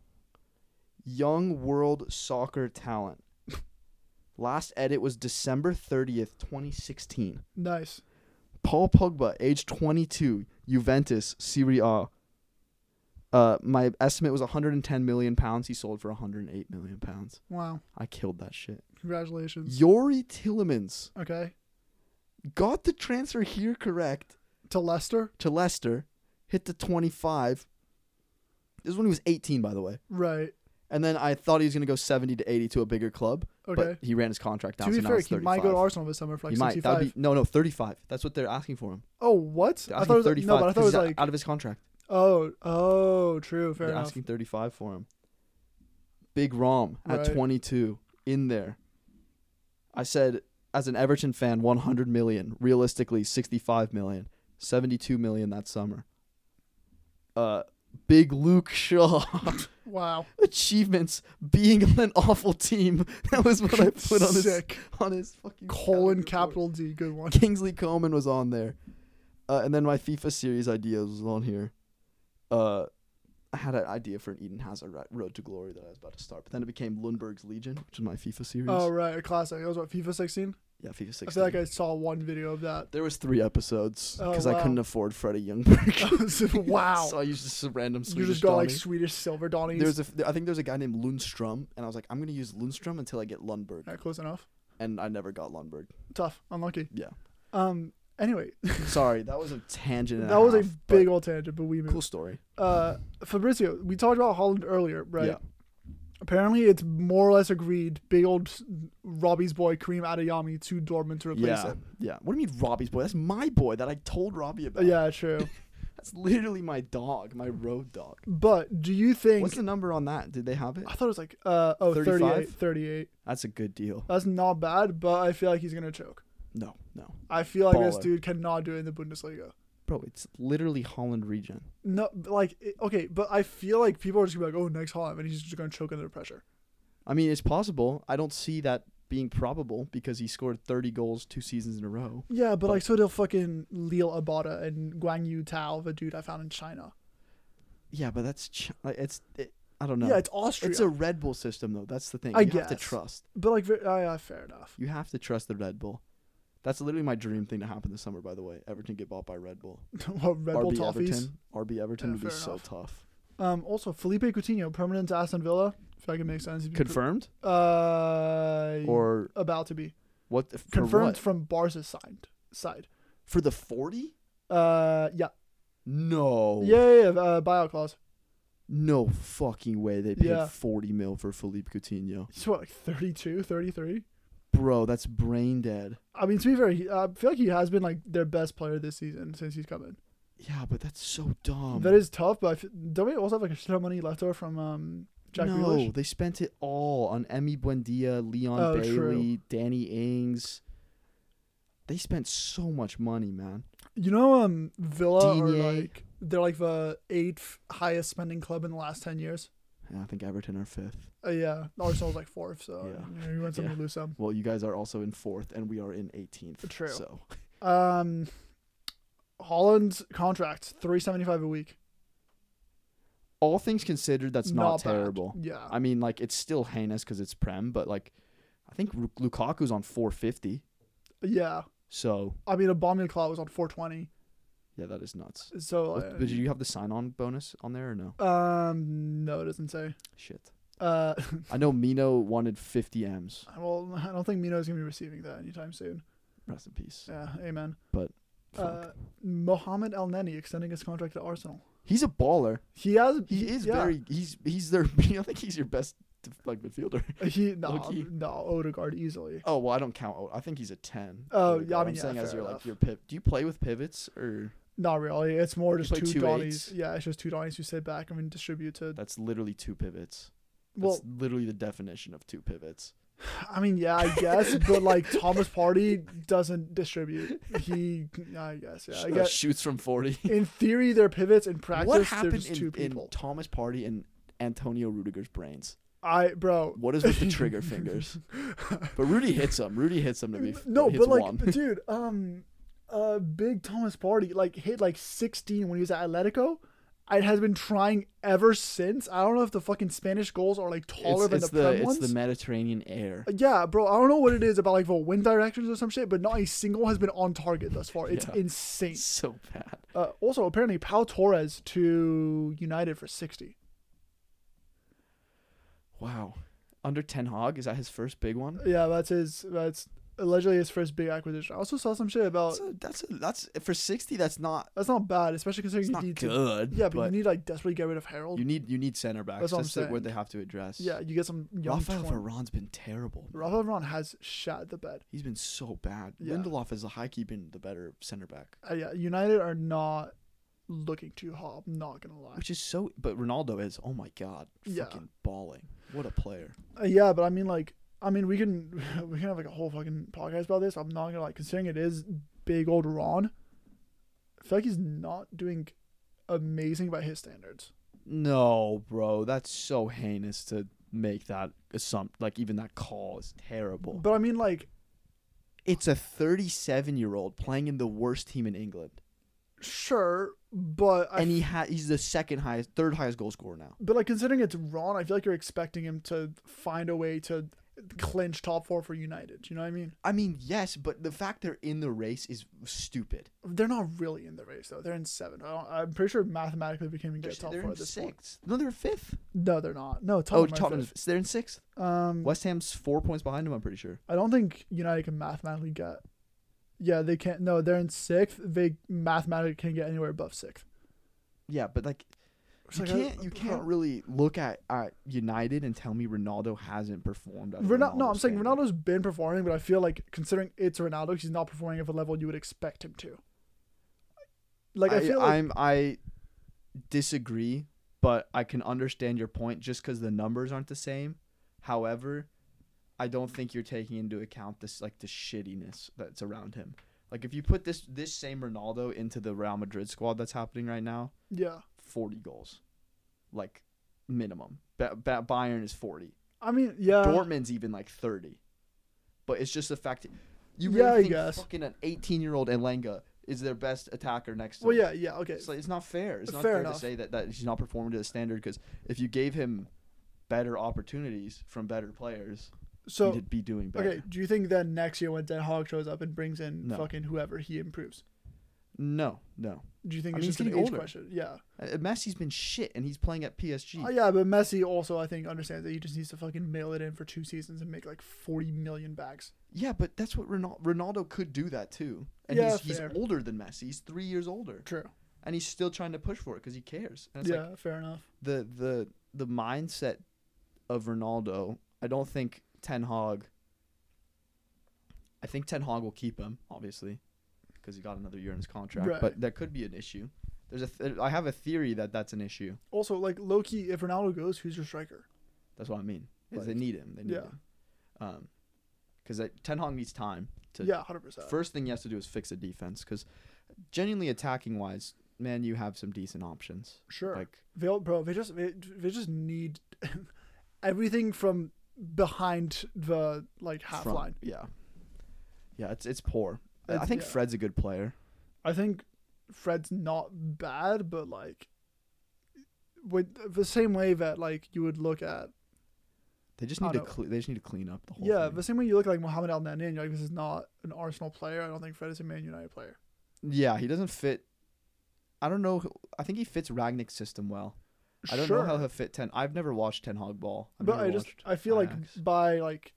Young world soccer talent. Last edit was December 30th, 2016. nice. Paul Pogba, age 22, Juventus, Serie A. Uh, my estimate was 110 million pounds. He sold for 108 million pounds. Wow. I killed that shit. Congratulations. Yori Tillemans Okay. got the transfer here correct To Leicester. to Leicester, hit the 25. This is when he was 18, by the way. Right. And then I thought he was going to go 70 to 80 to a bigger club, Okay. but he ran his contract down. to be so now fair, it's he might go to 35. Arsenal this summer for like He might. That 65. would be no, no, 35. That's what they're asking for him. oh, what? They're I asking thought it was like, 35. no, but I thought it 'cause was he's like out of his contract. oh, oh, true, fair They're enough. asking 35 for him. Big Rom at Right. 22 in there. I said, as an Everton fan, 100 million. Realistically, 65 million. 72 million that summer. Uh, Big Luke Shaw. Wow. Achievements being on an awful team. That was what I put on his, Sick. on his fucking. Colon calendar. capital D, good one. Kingsley Coman was on there. Uh, and then my FIFA series ideas was on here. Uh, I had an idea for an Eden Hazard ri- Road to Glory that I was about to start, but then it became Lundberg's Legion, which is my FIFA series. Oh right, a classic. It was what FIFA 16. yeah, FIFA 16. I feel like I saw one video of that. there was three episodes Oh, because I wow. couldn't afford Freddie Youngberg. wow. so I used just a random you Swedish just got like Donny. Swedish silver Donnies. there was a, there- I think there was a guy named Lundstrom, and I was like, I'm gonna use Lundstrom until I get Lundberg, Not close enough. and I never got Lundberg. Tough. Unlucky. Yeah. Um. Anyway, Sorry, that was a tangent. and that was a half, but big old tangent, but we moved. cool story. Uh, Fabrizio, we talked about Holland earlier, right? Yeah. Apparently, it's more or less agreed. Big old s- Robbie's boy, Kareem Adeyemi, to Dortmund to replace Yeah, him. yeah. What do you mean Robbie's boy? That's my boy that I told Robbie Uh, about. Yeah, true. that's literally my dog, my road dog. but do you think? What's the number on that? Did they have it? I thought it was like uh oh 35? 38, 38. That's a good deal. That's not bad, but I feel like he's gonna choke. No, no, I feel like this Baller. dude cannot do it in the Bundesliga. bro. It's literally Holland region. No, but, like it- okay, but I feel like people are just gonna be like, oh, next Holland, and he's just gonna choke under pressure. I mean, it's possible. I don't see that being probable because he scored 30 goals two seasons in a row. Yeah, but, But- like so did fucking Lil Abada and Guang Yu Tao, the dude I found in China. Yeah, but that's ch- like, it's. It, I don't know. Yeah, it's Austria. It's a Red Bull system though. That's the thing. I you have to guess. trust. But like, ver- uh, yeah, fair enough. You have to trust the Red Bull. That's literally my dream thing to happen this summer. By the way, Everton get bought by Red Bull. well, Red Bull RB toffees. Everton. RB Everton Yeah, would be fair so enough. tough. Um, also Felipe Coutinho, permanent to Aston Villa. If that can make sense. He's been Confirmed pr- uh, or about to be what? For confirmed what? from Barca's side. Side. For the forty? Uh, yeah, No. Oh. yeah, yeah, yeah, Uh, buyout clause. no fucking way they paid Yeah. 40 mil for Philippe Coutinho. He's what, like 32, 33? Bro, that's brain dead. I mean, to be fair, he, I feel like he has been like their best player this season since he's come in. Yeah, but that's so dumb. that is tough, but I f- don't we also have like a shit ton of money left over from um, Jack no, Grealish? they spent it all on Emmy Buendia, Leon Oh, Bailey, true. Danny Ings. They spent so much money, man. You know, um, Villa are Digne. like they're like the eighth highest spending club in the last ten years. And I think Everton are fifth. Uh, yeah, Arsenal's like fourth, so Yeah. you, know, you want something to lose some. Well, you guys are also in fourth, and we are in 18th. True. So Um, Holland's contract three seventy five a week. all things considered, that's not, bad. terrible. Yeah, I mean, like it's still heinous because it's prem, but like I think Ru- Lukaku's on 450. yeah. So I mean, Aubameyang Claw was on four twenty, yeah, that is nuts. so What- uh, Did you have the sign-on bonus on there or no? um, no, it doesn't say. Shit. Uh, I know Mino wanted 50 m's. well, I don't think Mino's gonna be receiving that anytime soon. Rest in peace. Yeah, amen. Fuck. Uh, Mohamed El Neni extending his contract to Arsenal. He's a baller. He has. He is yeah. very. He's he's their. I think he's your best def- like midfielder. He no low-key. no Odegaard easily. Oh well, I don't count. O- I think he's a ten. Oh, Odegaard. yeah, I mean, I'm yeah, saying as fair your like enough. your pip. Do you play with pivots or Not really. It's more You just play two, two Donnies. eights? Yeah, it's just two Donnies who sit back and then distribute to. that's literally two pivots. That's Well, literally the definition of two pivots. I mean, yeah, I guess, but like Thomas Party doesn't distribute. He, I guess, yeah, I Sh- uh, guess. shoots from forty. In theory, they're pivots. In practice, what they're happened just two in, in people. Thomas Party and Antonio Rudiger's brains? I, bro. What is with the trigger fingers? But Rudy hits him. Rudy hits him to be. f- no, hits but like, one. dude, um, uh, big Thomas Party like hit like 16 when he was at Atletico. It has been trying ever since. I don't know if the fucking Spanish goals are like taller it's, than it's the, Prem the it's ones. Uh, the Mediterranean air. yeah, bro, I don't know what it is about like the wind directions or some shit, but not a single has been on target thus far. It's Yeah. insane. It's so bad. Uh, also, apparently, Pau Torres to United for 60. Wow. Under Ten Hog is that his first big one? Yeah, that's his. That's allegedly his first big acquisition. I also saw some shit about That's a, that's a, that's for sixty. That's not that's not bad, especially considering it's you not need to. good. Yeah, but, you you need like desperately get rid of Harold. need you need, center backs. That's, That's what I'm the- what saying. they have to address. Yeah, you get some young Rafael 20. Varane. has been terrible. Rafael Varane has shat the bed. He's been so bad. Yeah. Lindelof is a high key been the better center back, Uh, yeah, United are not looking too hot. I'm not gonna lie. which is so. But Ronaldo is oh my god, Yeah. fucking balling. What a player. Uh, yeah, but I mean, like, I mean, we can we can have like a whole fucking podcast about this. I'm not gonna like considering it is big old Ron. I feel like he's not doing amazing by his standards. No, bro, that's so heinous to make that assumption. Like even that call is terrible. But I mean, like, It's a 37 year old playing in the worst team in England. sure, but I and he ha- he's the second highest, third highest goal scorer now. But like considering it's Ron, I feel like you're expecting him to find a way to clinch top four for United. You know what I mean? I mean, yes, but the fact they're in the race is stupid. They're not really in the race though. They're in seven. I don't, I'm pretty sure mathematically we can't even They're, get top they're four in at this point. sixth. No, they're fifth. No, they're not. No, Oh, Tottenham. are Tottenham. fifth. They're in sixth. Um, West Ham's four points behind them. I'm pretty sure. I don't think United can mathematically get. Yeah, they can't. No, they're in sixth. They mathematically can't get anywhere above sixth. Yeah, but like It's you like, uh, I- can't you can't really look at, at United and tell me Ronaldo hasn't performed. At Ronaldo, no, I'm Ronaldo's saying standard. Ronaldo's been performing, but I feel like considering it's Ronaldo, he's not performing at the level you would expect him to. Like I, I, feel like I'm I disagree, but I can understand your point just because the numbers aren't the same. However, I don't think you're taking into account this like the shittiness that's around him. Like if you put this this same Ronaldo into the Real Madrid squad that's happening right now, yeah. forty goals, like minimum. Ba- ba- Bayern is forty. I mean, yeah. Dortmund's even like thirty. But it's just the fact that you Yeah, I really think guess. fucking an eighteen year old Elenga is their best attacker next to Well, him. yeah, yeah, okay. It's, like, it's not fair. It's not Fair fair, enough. to say that, that he's not performing to the standard because if you gave him better opportunities from better players, So, he'd be doing better. okay, do you think then next year when Den Hog shows up and brings in No. fucking whoever he improves? No, no. Do you think I it's mean, just he's an getting age older. question? Yeah. Uh, Messi's been shit and he's playing at PSG. Uh, yeah, but Messi also, I think, understands that he just needs to fucking mail it in for two seasons and make like 40 million bags. yeah, but that's what Ronaldo, Ronaldo could do that too. And Yeah, he's, he's fair. older than Messi. He's three years older. True. and he's still trying to push for it because he cares. And it's yeah, like fair enough. the the the mindset of Ronaldo. I don't think Ten Hag. I think Ten Hag will keep him obviously, because he got another year in his contract. Right. But that could be an issue. There's a th- I have a theory that that's an issue. Also, like Loki, if Ronaldo goes, who's your striker? That's what I mean. Is they Like, need him. They need yeah. him. Um, because Ten Hag needs time. To- yeah, hundred percent. First thing he has to do is fix the defense. Because genuinely attacking wise, man, you have some decent options. Sure. Like They all, bro, they just they, they just need everything from behind the like half front- line. Yeah. Yeah, it's it's poor. I- I It's- think yeah. Fred's a good player. I think Fred's not bad, but like with the same way that like you would look at They just I need to don't- cle- they just need to clean up the whole yeah thing. the same way you look at, like Mohamed Al Nani and you're like this is not an Arsenal player. I don't think Fred is a Man United player. Yeah, he doesn't fit. I don't know. who- I think he fits Ragnick's system well. I don't know how he'll fit Ten. I've never watched Ten Hog ball. I've but never I just watched I feel Ajax. like by like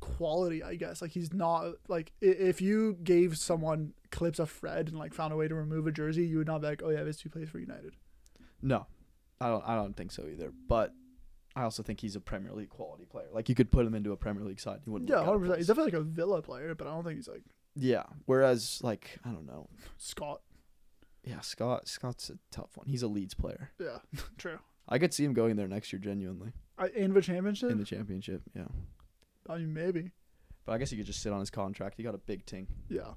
quality, I guess like he's not like i- if you gave someone clips of Fred and like found a way to remove a jersey, you would not be like, oh yeah, this dude plays for United. No, I don't. I don't think so either. But I also think he's a Premier League quality player. Like you could put him into a Premier League side. He wouldn't. yeah, look out of hundred percent. He's place. definitely like a Villa player, but I don't think he's like Yeah. Whereas, like, I don't know. Scott. Yeah, Scott. Scott's a tough one. He's a Leeds player. Yeah, true. I could see him going there next year, genuinely, I, in the championship, in the championship. Yeah. I mean maybe. But I guess he could just sit on his contract. He got a big ting. Yeah.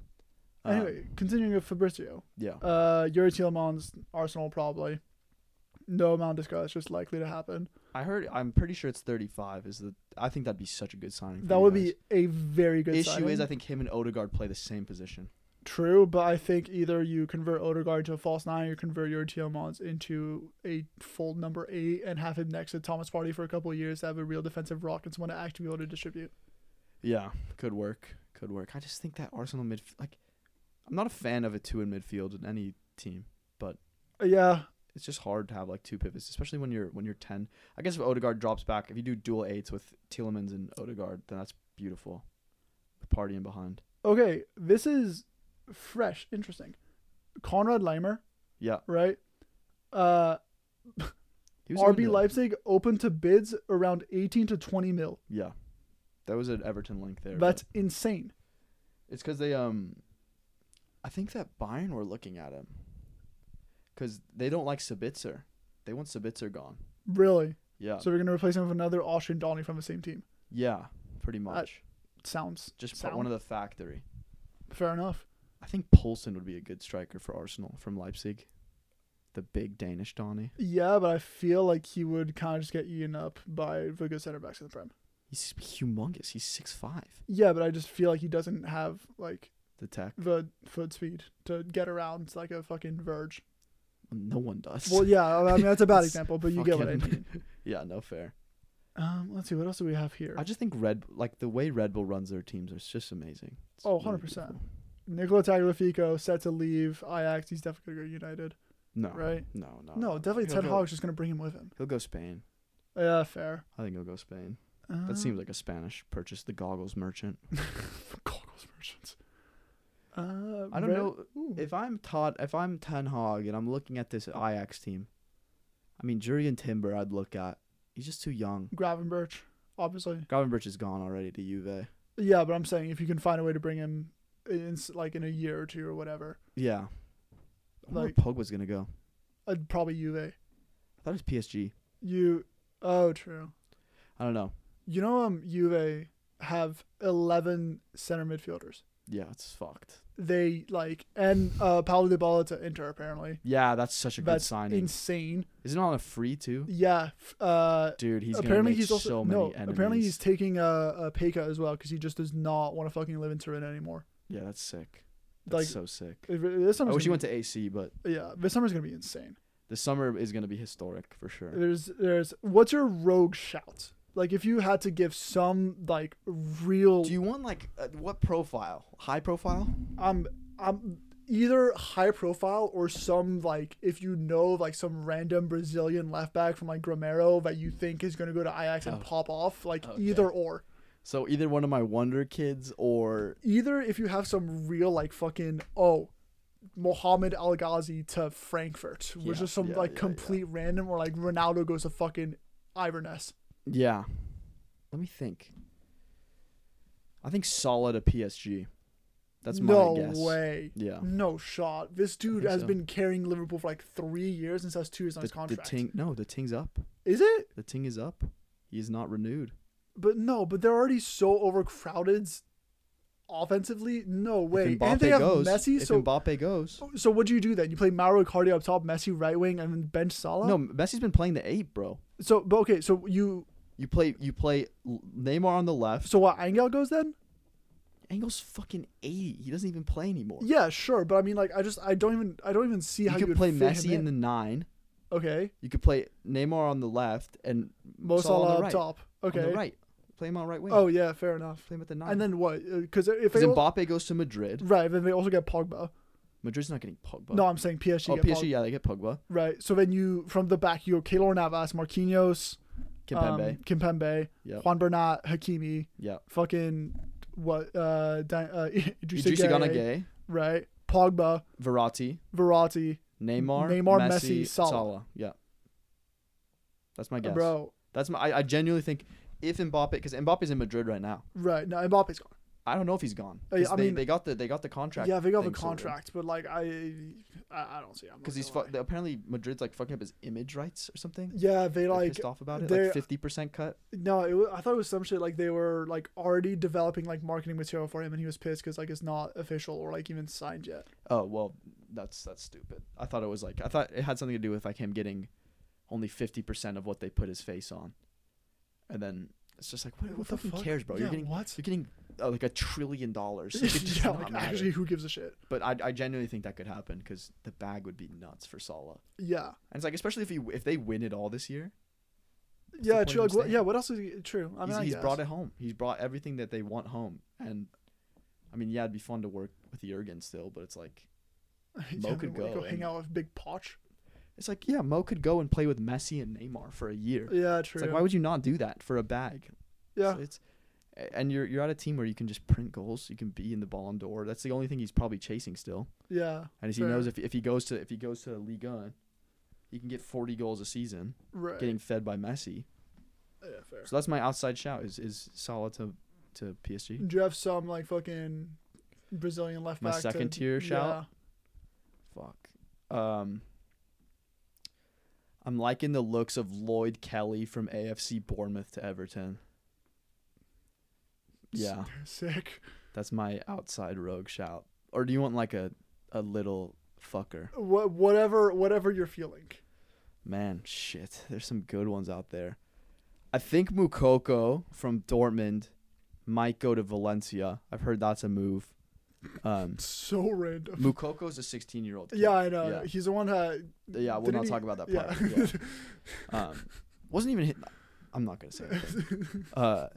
Um, Anyway, continuing with Fabrizio. Yeah. Uh, Yuri Tielemans, Arsenal probably. No amount discussed, just likely to happen. I heard. I'm pretty sure it's 35. Is the. I think that'd be such a good signing. for That you would guys. be a very good Issue signing. is, I think him and Odegaard play the same position. True, but I think either you convert Odegaard to a false nine or convert your Tielemans into a full number eight and have him next to Thomas Party for a couple of years to have a real defensive rock and someone to actually be able to distribute. Yeah, could work. Could work. I just think that Arsenal midf like I'm not a fan of a two in midfield in any team. Uh, Yeah, It's just hard to have like two pivots, especially when you're when you're ten. I guess if Odegaard drops back, if you do dual eights with Tielemans and Odegaard, then that's beautiful. With Party in behind. Okay, this is fresh, interesting. Konrad Leimer, Yeah. right? Uh, He a good RB mid. Leipzig open to bids around 18 to 20 mil. Yeah. That was an Everton link there. but That's insane. it's because they um I think that Bayern were looking at him. Cause they don't like Sabitzer. They want Sabitzer gone. Really? Yeah. So we're going to replace him with another Austrian Donny from the same team. yeah. Pretty much. Sounds just sound one of the factory. fair enough. I think Poulsen would be a good striker for Arsenal from Leipzig. The big Danish Donny. Yeah, but I feel like he would kind of just get eaten up by the good center backs in the Prem. He's humongous. He's six five. Yeah, but I just feel like he doesn't have like The tech. the foot speed to get around like a fucking verge. No one does. Well, yeah, I mean that's a bad It's example, but you get what I fucking- mean. yeah, no fair. Um, let's see, what else do we have here? I just think Red like the way Red Bull runs their teams is just amazing. It's Oh, really 100%. beautiful. Nicola Tagliafico set to leave Ajax. He's definitely going to go United, No. right? No, no. No, definitely He'll Ted go, Hog's just going to bring him with him. He'll go Spain. Yeah, fair. I think he'll go Spain. Uh, That seems like a Spanish purchase. The goggles merchant. goggles merchants. Uh, I don't Red- know. Ooh. if I'm Todd, if I'm Ten Hog and I'm looking at this Ajax team, I mean Jurian Timber, I'd look at. He's just too young. Gravenberch, obviously. Gravenberch is gone already to Juve. Yeah, but I'm saying if you can find a way to bring him in, s- like in a year or two or whatever, Yeah. I wonder Like- where Pog was gonna go. I'd probably Juve. I thought it was PSG. You, oh, true. I don't know. You know, um, Juve have eleven center midfielders. Yeah, it's fucked. They like and uh, Paulo Dybala to Inter apparently. Yeah, that's such a good That's signing. insane. Isn't it on a free too? Yeah. f- Uh, Dude, he's gonna apparently make he's also so many no. enemies. Apparently he's taking a, a pay cut as well because he just does not want to fucking live in Turin anymore. yeah, that's sick. That's like so sick. if- I this summer's wish he gonna went to AC, but be- yeah, this summer's gonna be insane. the summer is gonna be historic for sure. There's there's what's your rogue shout? Like if you had to give some like real, Do you want like uh, what profile? High profile? I'm I'm either high profile or some like if you know like some random Brazilian left back from like Gramero that you think is gonna go to Ajax and Oh. pop off. Like Okay. either or. So either one of my wonder kids or either if you have some real like fucking oh Mohamed Al Ghazi to Frankfurt, which Yeah, is some yeah, like yeah, yeah. complete random, or like Ronaldo goes to fucking Iverness. Yeah. Let me think. I think Salah to PSG. That's my no guess. way. Yeah. No shot. This dude think has so. been carrying Liverpool for like three years and says two years on The, his the contract. ting no, the ting's up. Is it? The ting is up. He is not renewed. But no, but they're already so overcrowded offensively. No way. if Mbappe And they have goes, Messi. if So, Mbappe goes, so what do you do then? You play Mauro Icardi up top, Messi right wing, and then bench Salah. no, Messi's been playing the eight, bro. So, but okay. So you. You play, you play L- Neymar on the left. So what? Angel goes then? Engel's fucking eight. He doesn't even play anymore. Yeah, sure. But I mean, like, I just I don't even I don't even see how you you could would play fit him Messi in the nine. okay. You could play Neymar on the left and Mo Salah Salah on up the right. top. Okay. On the right, play him on right wing. Oh yeah, fair enough. play him at the nine. And then what? Because if Because they al- Mbappe goes to Madrid. right, then they also get Pogba. Madrid's not getting Pogba. No, I'm saying PSG. oh, get PSG, Pogba. yeah, they get Pogba. Right. So then you from the back you go Keylor Navas, Marquinhos, Kimpembe. um, Kimpembe, Yep. Juan Bernat, Hakimi, yeah. fucking what? Uh, Dan, uh Idrissa Idrissa Gueye, Ganagay, right? Pogba, Verratti, Verratti, Neymar, Neymar, Messi, Messi, Salah. Uh, Yeah. That's my guess. bro. That's my. I, I genuinely think if Mbappe, because Mbappe's in Madrid right now. Right. No, Mbappe's gone. I don't know if he's gone. Uh, yeah, 'Cause I they, mean- they got the they got the contract. yeah, they got the thing sorted. contract, but like I, I, I don't see. because he's fu- apparently Madrid's like fucking up his image rights or something. Yeah, they They're like pissed off about it. they're- Like fifty percent cut. no. It was, I thought it was some shit like they were like already developing like marketing material for him, and he was pissed because like it's not official or like even signed yet. Oh well, that's that's stupid. I thought it was like I thought it had something to do with like him getting only fifty percent of what they put his face on, and then it's just like what, who fucking cares, bro? Yeah, you're getting what? you're getting uh, like a trillion dollars. Like, it does yeah, not like, matter. actually, who gives a shit? But I I genuinely think that could happen because the bag would be nuts for Salah, Yeah, and it's like especially if he if they win it all this year, yeah, point true. of Like, what, staying? yeah, what else is he, true? I mean, he's, I he's guess. brought it home. He's brought everything that they want home, and I mean, yeah, it'd be fun to work with Jurgen still, but it's like Yeah, Mo I mean, could what, go hang and- out with Big Poch. it's like yeah, Mo could go and play with Messi and Neymar for a year. Yeah, true. It's like why would you not do that for a bag? yeah, So it's and you're you're at a team where you can just print goals. You can be in the Ballon d'Or. That's the only thing he's probably chasing still. yeah, And as he Fair. knows, if if he goes to if he goes to Liga, he can get 40 goals a season, right. getting fed by Messi. yeah, fair. So that's my outside shout is is Salah to to PSG. Do you have some like fucking Brazilian left My back? to- second tier shout? Yeah. Fuck. Um. I'm liking the looks of Lloyd Kelly from AFC Bournemouth to Everton. Yeah. Sick. That's my outside rogue shout. Or do you want like a a little fucker? What whatever whatever you're feeling. Man, shit. There's some good ones out there. I think Mukoko from Dortmund might go to Valencia. I've heard that's a move. Um So random. Mukoko's a 16-year-old. kid. Yeah, I know. Yeah, He's the one that. Yeah, we'll didn't not he- talk about that part. Yeah. Yeah. Um wasn't even hit I'm not going to say anything. Uh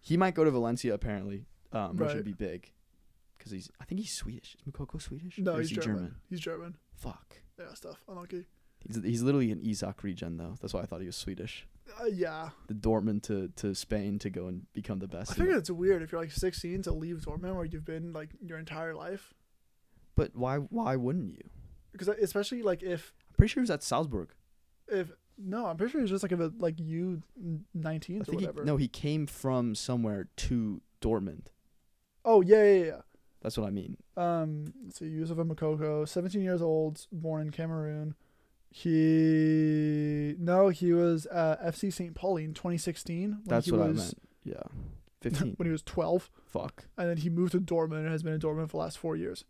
he might go to Valencia apparently. Um which Right. would be big cuz he's I think he's Swedish. Is Mukoko Swedish? no, Or is he's he German. He's German. Fuck. Yeah, stuff. Unlucky. He's, he's literally an Isak regen though. That's why I thought he was Swedish. Uh, yeah, The Dortmund to, to Spain to go and become the best. I in think it. it's weird if you're like 16 to leave Dortmund where you've been like your entire life, But why why wouldn't you? because especially like if I'm pretty sure he was at Salzburg. if no, I'm pretty sure it's just like if a, like you 19 I or think he, whatever. no, he came from somewhere to Dortmund. Oh yeah, yeah, yeah. That's what I mean. Um, let's see, Yusuf Makoko, 17 years old, born in Cameroon. He no, he was uh, FC St. Pauli in 2016. When That's he what was, I meant. Yeah. 15. When he was 12, Fuck. and then he moved to Dortmund and has been in Dortmund for the last four years.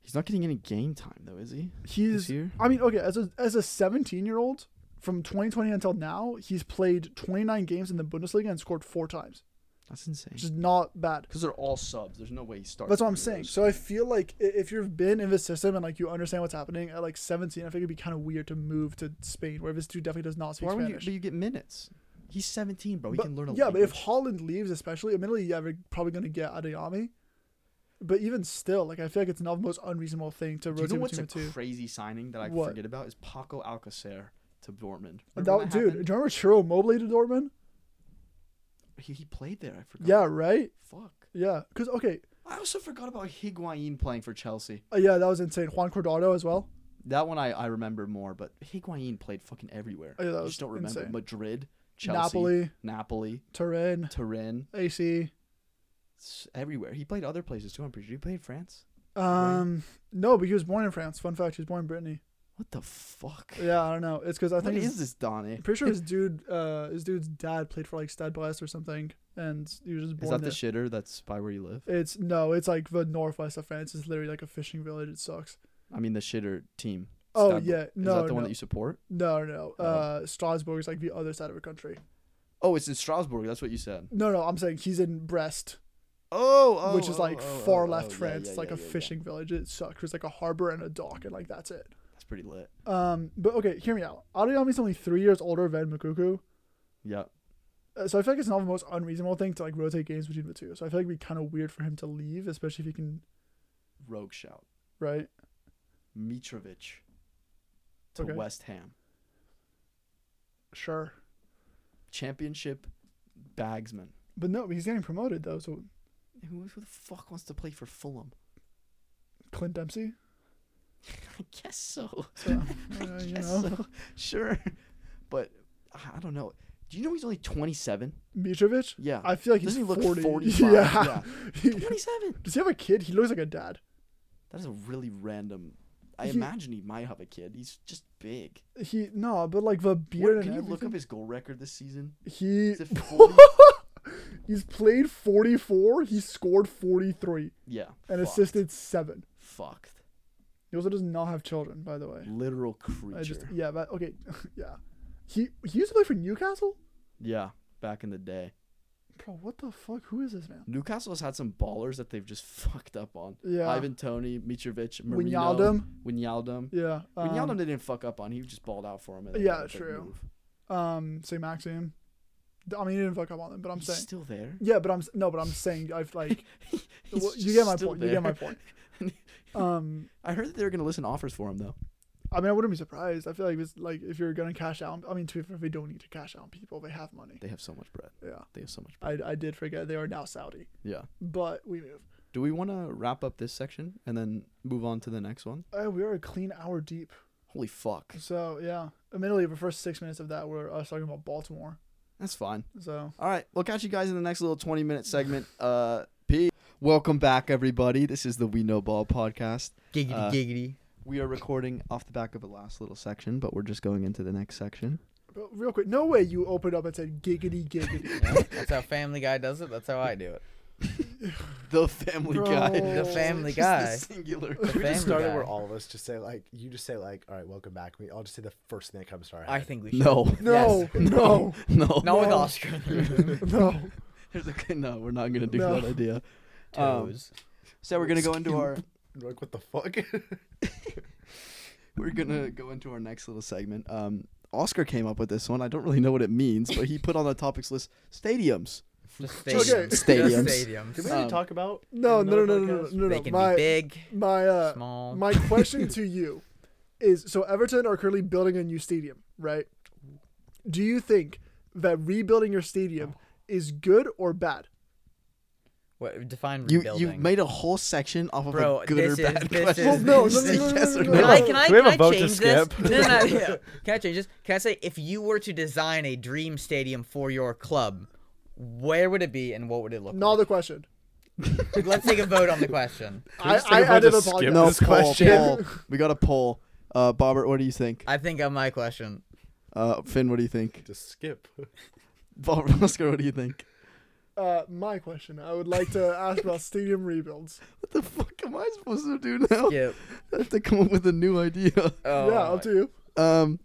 He's not getting any game time though, is he? this He's, year? I mean, okay, as a as a 17 year old from 2020 until now, he's played 29 games in the Bundesliga and scored four times, That's insane. which is not bad. Cuz they're all subs. There's no way he starts. That's what I'm any of saying. those. So I feel like i- if you've been in this system and like you understand what's happening at like 17, I think it'd be kind of weird to move to Spain, where this dude definitely does not speak why would you Spanish. but you get minutes? He's 17, bro. He But- can learn a yeah, but if language. Holland leaves, especially, admittedly, yeah, we're probably gonna get Adeyemi. But even still, like I feel like it's not the most unreasonable thing to Do you know rotate what's between a the two. crazy signing that I What? forget about is Paco Alcacer to Dortmund. Remember when That, dude, happened? do you remember Chiro Mobley to Dortmund? he, he played there. I forgot. Yeah, right. Fuck. Yeah, because okay, I also forgot about Higuain playing for Chelsea. Uh, yeah, that was insane. Juan Cordodo as well. That one I, I remember more, but Higuain played fucking everywhere. Oh, yeah, that I was just don't remember. insane. Madrid, Chelsea, Napoli, Napoli, Turin, Turin, AC. s- everywhere. He played other places too. I'm pretty sure he played France. Um, no, but he was born in France. Fun fact: he was born in Brittany. What the fuck? Yeah, I don't know. It's because I I think think his- is this Donny? I'm pretty sure his dude, uh, his dude's dad played for like Stade Brest or something, and he was Is just born that there. the shitter that's by where you live? it's no, it's like the northwest of France. It's literally like a fishing village. It sucks. I mean the shitter team. Oh Stab- yeah, no, is that the no, one that you support? no, no. Oh. Uh, Strasbourg is like the other side of the country. Oh, it's in Strasbourg. That's what you said. No, no, I'm saying he's in Brest, Oh, oh which is oh, like oh, far oh, left oh, yeah, France. yeah, it's like yeah, a yeah, yeah. fishing village. It sucks. It's like a harbor and a dock, and like that's it. That's pretty lit. Um, but okay, hear me out. Adeyemi's only three years older than Makuku, Yeah. uh, so I feel like it's not the most unreasonable thing to like rotate games between the two. So I feel like it'd be kind of weird for him to leave, especially if he can, Rogue shout. right? Mitrovic to Okay. West Ham. Sure, Championship bagsman. but no, he's getting promoted though. So Who, who the fuck wants to play for Fulham? Clint Dempsey, I guess so. so, uh, I you guess know, so. Sure. But I I don't know. Do you know he's only 27? Mitrovic. Yeah. I feel like Doesn't he he's look 40. 45? Yeah. He- 27. Does he have a kid? He looks like a dad. That is a really random. I He- imagine he might have a kid. He's just big. He no, but like the What- beard can you and look up everything. his goal record this season? He Is it 40? he's played 44. He scored 43 Yeah. and fucked. assisted seven. Fucked. He also does not have children, by the way. Literal I just e- creature. yeah, but okay, yeah. He he used to play for Newcastle. Yeah. Back in the day, Bro, what the fuck? Who is this man? Newcastle has had some ballers that they've just fucked up on. Yeah, Ivan Tony, Mitrovic, Marino, Wijnaldum. Wijnaldum. Yeah, um, Wijnaldum they didn't fuck up on. He just balled out for him. and they yeah, had a big true. move. um, St. Maxim. I mean, he didn't fuck up on them, but I'm He's saying still there. yeah, but I'm s- no, but I'm saying I've like He's well, you just get my still point. You get my there. point. Um, I heard that they were gonna listen to offers for him though. I mean, I wouldn't be surprised. I feel like it's like if you're gonna cash out, I mean, to be fair, they don't need to cash out on people. They have money. They have so much bread. Yeah, They have so much. I I did forget they are now Saudi, Yeah. but we move. Do we want to wrap up this section and then move on to the next one? Uh, we are a clean hour deep. Holy fuck. So yeah, admittedly, the first six minutes of that were us talking about Baltimore. That's fine. So All right. We'll catch you guys in the next little 20 minute segment. Uh, peace. Welcome back, everybody. This is the We Know Ball podcast. Giggity Uh, giggity. We are recording off the back of the last little section, but we're just going into the next section. but real quick, no way you opened up and said giggity giggity. Yeah, that's how Family Guy does it. That's how I do it. The Family Bro. Guy. The Family Just The Guy. singular. Can we Family just start Guy. it where all of us just say like you just say like all right welcome back we all just say the first thing that comes to our head I think we should. No. No, Yes. no, No. Not with No. Oscar. in the room. no. There's a- no, we're not going to do No. that idea. Um, Toes. so we're going to go into our. like what the fuck We're gonna go into our next little segment. Um, Oscar came up with this one. I don't really know what it means, but he put on the topics list stadiums. Just Okay. stadiums. Stadiums. Just did stadiums. we already Um, talk about No, no, another no, no, no, podcast? no, no. They can My be big, my uh, small. my question to you is: so Everton are currently building a new stadium, right? Do you think that rebuilding your stadium Oh. is good or bad? what, define You rebuilding. you made a whole section off of Bro, a good or this is- bad this question. Well, is- no, no, Say no, no, yes no, or no, Can I, can I, Do we can have a I vote to change this? skip? No, no, no, yeah. Can I change this? Can I say if you were to design a dream stadium for your club, where would it be and what would it look Not the question. like? Let's take a vote on the question. we I, just I take a vote added to a skip podcast. No, This poll, question. poll. We got a poll. Uh, Bobbert, what do you think? I think on my question. Uh, Finn, what do you think? just skip Bobbert, Oscar, what do you think? Uh, my question. I would like to ask about stadium rebuilds. What the fuck am I supposed to do now? Yeah. I have to come up with a new idea. Oh, yeah, up to you. Um,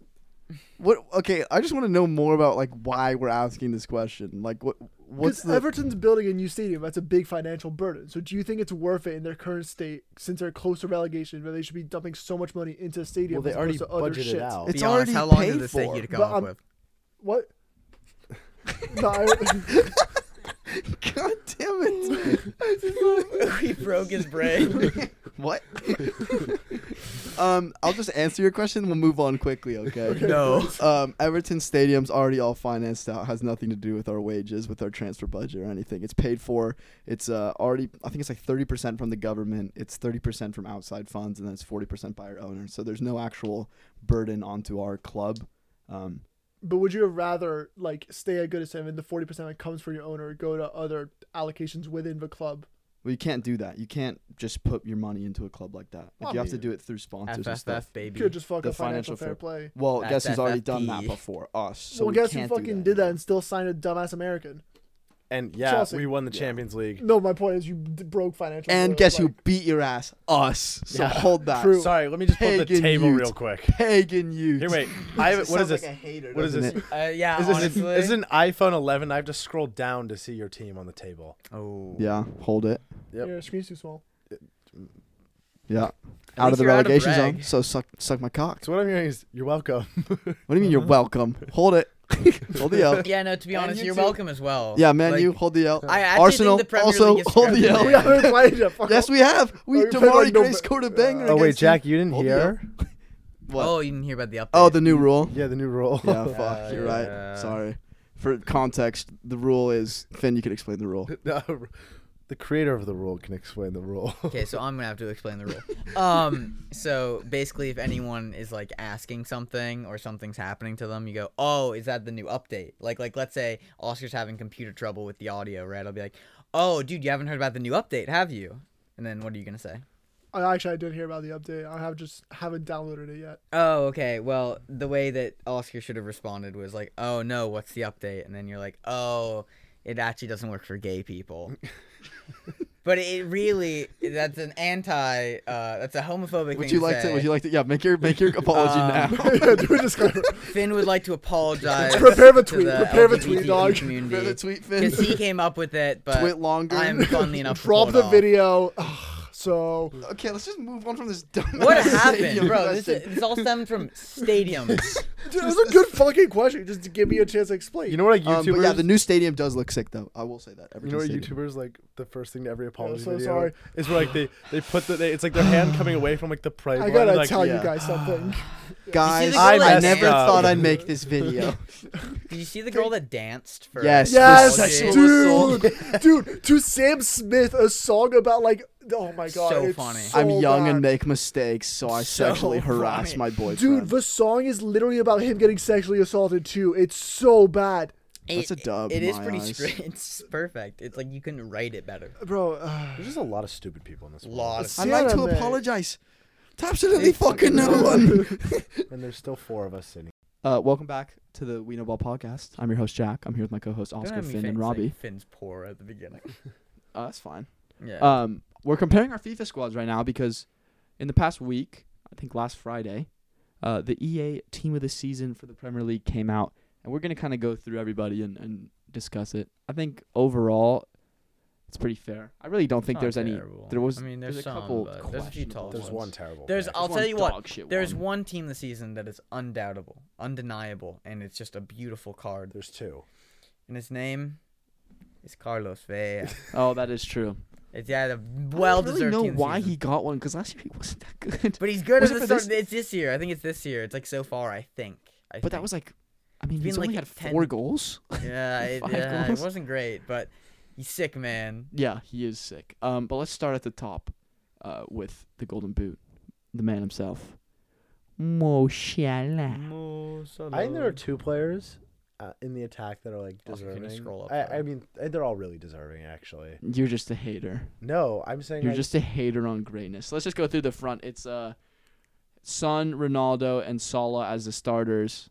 what? Okay, I just want to know more about like why we're asking this question. Like, what? What's Because the? Everton's building a new stadium. That's a big financial burden. So do you think it's worth it in their current state, since they're close to relegation, where they should be dumping so much money into the stadium well they as already opposed to other budgeted shit? out It's be honest, already how long paid did this take for. you to come But up I'm- with? What? No, I- God damn happened? he broke his brain. what? um, I'll just answer your question. We'll move on quickly, okay? no. Um, Everton Stadium's already all financed out. Has nothing to do with our wages, with our transfer budget, or anything. It's paid for. It's uh, already. I think it's like thirty percent from the government. It's thirty percent from outside funds, and then it's forty percent by our owners. So there's no actual burden onto our club. Um, But would you have rather like stay at Goodison and the forty percent that comes for your owner go to other allocations within the club? well, you can't do that. You can't just put your money into a club like that. Like Well, you have to dude. do it through sponsors and FFF stuff. You baby. could just fuck The up financial, financial fair fair- play. Well, That's guess who's already done that FFP. before us? So well, we guess who can't do fucking that. did that and still signed a dumbass American? And yeah, Chelsea. we won the Champions League. No, my point is you d- broke financial. And fair guess play. who beat your ass? Us. So Yeah. hold that. True. Sorry, let me just pull up the Pagan table youth. real quick. Pagan you. Here, wait. I have, what is this? What is this? Uh, yeah, Is this, honestly. an, is this an iPhone 11? I have to scroll down to see your team on the table. oh. Yeah, hold it. Yep. Your screen's too small. Yeah. At Out of least the you're out of relegation reg. zone. So suck suck my cock. So what I'm hearing is, you're welcome. What do you mean Uh-huh. you're welcome? Hold it. hold the L. Yeah, no, to be Man honest, U you're too. welcome as well. Yeah, man, Like, you hold the L. I actually Arsenal think the Premier also League is hold the scrapping L. We haven't played yet. Fuck Yes, off. we have. We we played like Damari no- Gray scored a banger. oh wait, against them. Jack, you didn't Hold the hear? What? Oh, you didn't hear about the update. Oh, the new rule. Yeah, the new rule. Yeah, fuck. You're yeah. right. Sorry. For context, the rule is Finn. You can explain the rule. No, the creator of the rule can explain the rule. Okay, so I'm gonna have to explain the rule. Um, so basically, if anyone is like asking something or something's happening to them, you go, "Oh, is that the new update?" Like, like let's say Oscar's having computer trouble with the audio, right? I'll be like, "Oh, dude, you haven't heard about the new update, have you?" And then what are you gonna say? I actually I did hear about the update. I have just haven't downloaded it yet. Oh, okay. Well, the way that Oscar should have responded was like, "Oh no, what's the update?" And then you're like, "Oh, it actually doesn't work for gay people." but it really that's an anti uh, that's a homophobic Would thing you to like say. to? Would you like to? Yeah, make your make your apology Um, now. yeah, do a disclaimer. Finn would like to apologize. Prepare the to tweet, prepare the LGBT tweet, dog. For the Community, tweet, Finn. because he came up with it, but Tweet longer. I'm funny enough. to Drop pull it the off. video. Ugh, so Okay, let's just move on from this dumb. What happened, bro? This, is, this all stemmed from stadiums. Dude, that was a good fucking question. Just to give me a chance to explain. You know what a Um, but YouTuber? yeah, the new stadium does look sick, though. I will say that. you Everton know what a Stadium. YouTuber's like the first thing to every apology so video sorry. is where like they they put the they, it's like their hand coming away from like the pride. I line, gotta like, tell yeah. you guys something. You Guys, see the girl I that never danced? thought I'd make this video. Did you see the girl that danced for? Yes, yes, Yes, apology? sexual dude, dude, to Sam Smith, a song about like, oh my god, So it's funny. so I'm young bad. and make mistakes, so I So sexually harass funny. my boyfriend. Dude, the song is literally about him getting sexually assaulted too. It's so bad, That's a dub It in is my pretty eyes. straight. It's perfect. It's like you couldn't write it better. bro. Uh, There's just a lot of stupid people in this world, Lot of I'd like to Sierra, mate. apologize to absolutely It's- fucking no one. and there's still four of us sitting. Uh, welcome back to the We Know Ball podcast. I'm your host Jack. I'm here with my co-host Don't Oscar, have me Finn, and fin- Robbie. saying Finn's poor at the beginning. Uh, that's fine. Yeah. Um, we're comparing our FIFA squads right now because in the past week, I think last Friday, uh, the EA Team of the Season for the Premier League came out, and we're gonna kind of go through everybody and, and discuss it. I think overall, it's pretty fair. I really don't think Not there's any. terrible. there was- I mean, there's there's, a some, couple but There's a few questionable tall ones. There's one terrible. There's player. I'll one tell you what, dog shit There's one. one team this season that is undoubtable, undeniable, and it's just a beautiful card. there's two. And his name is Carlos Vela. Oh, that is true. it's yeah, the Well, I well don't really deserved. know why he got one because last year he wasn't that good. But he's good Was at it the for start. this- It's this year. I think it's this year. It's like so far. I think. I But that think. was like, I mean, It's he's been, only like, had 10 four goals. yeah. It, five yeah, it goals. wasn't great, but he's sick, man. Yeah, he is sick. Um, but let's start at the top, uh, with the Golden Boot, the man himself, Mo Salah. Um, I think there are two players uh, in the attack that are like Also, can you deserving. scroll up I, I there? mean, uh, they're all really deserving, actually. You're just a hater. No, I'm saying You're like, just a hater on greatness. Let's just go through the front. It's uh, Son, Ronaldo, and Salah as the starters.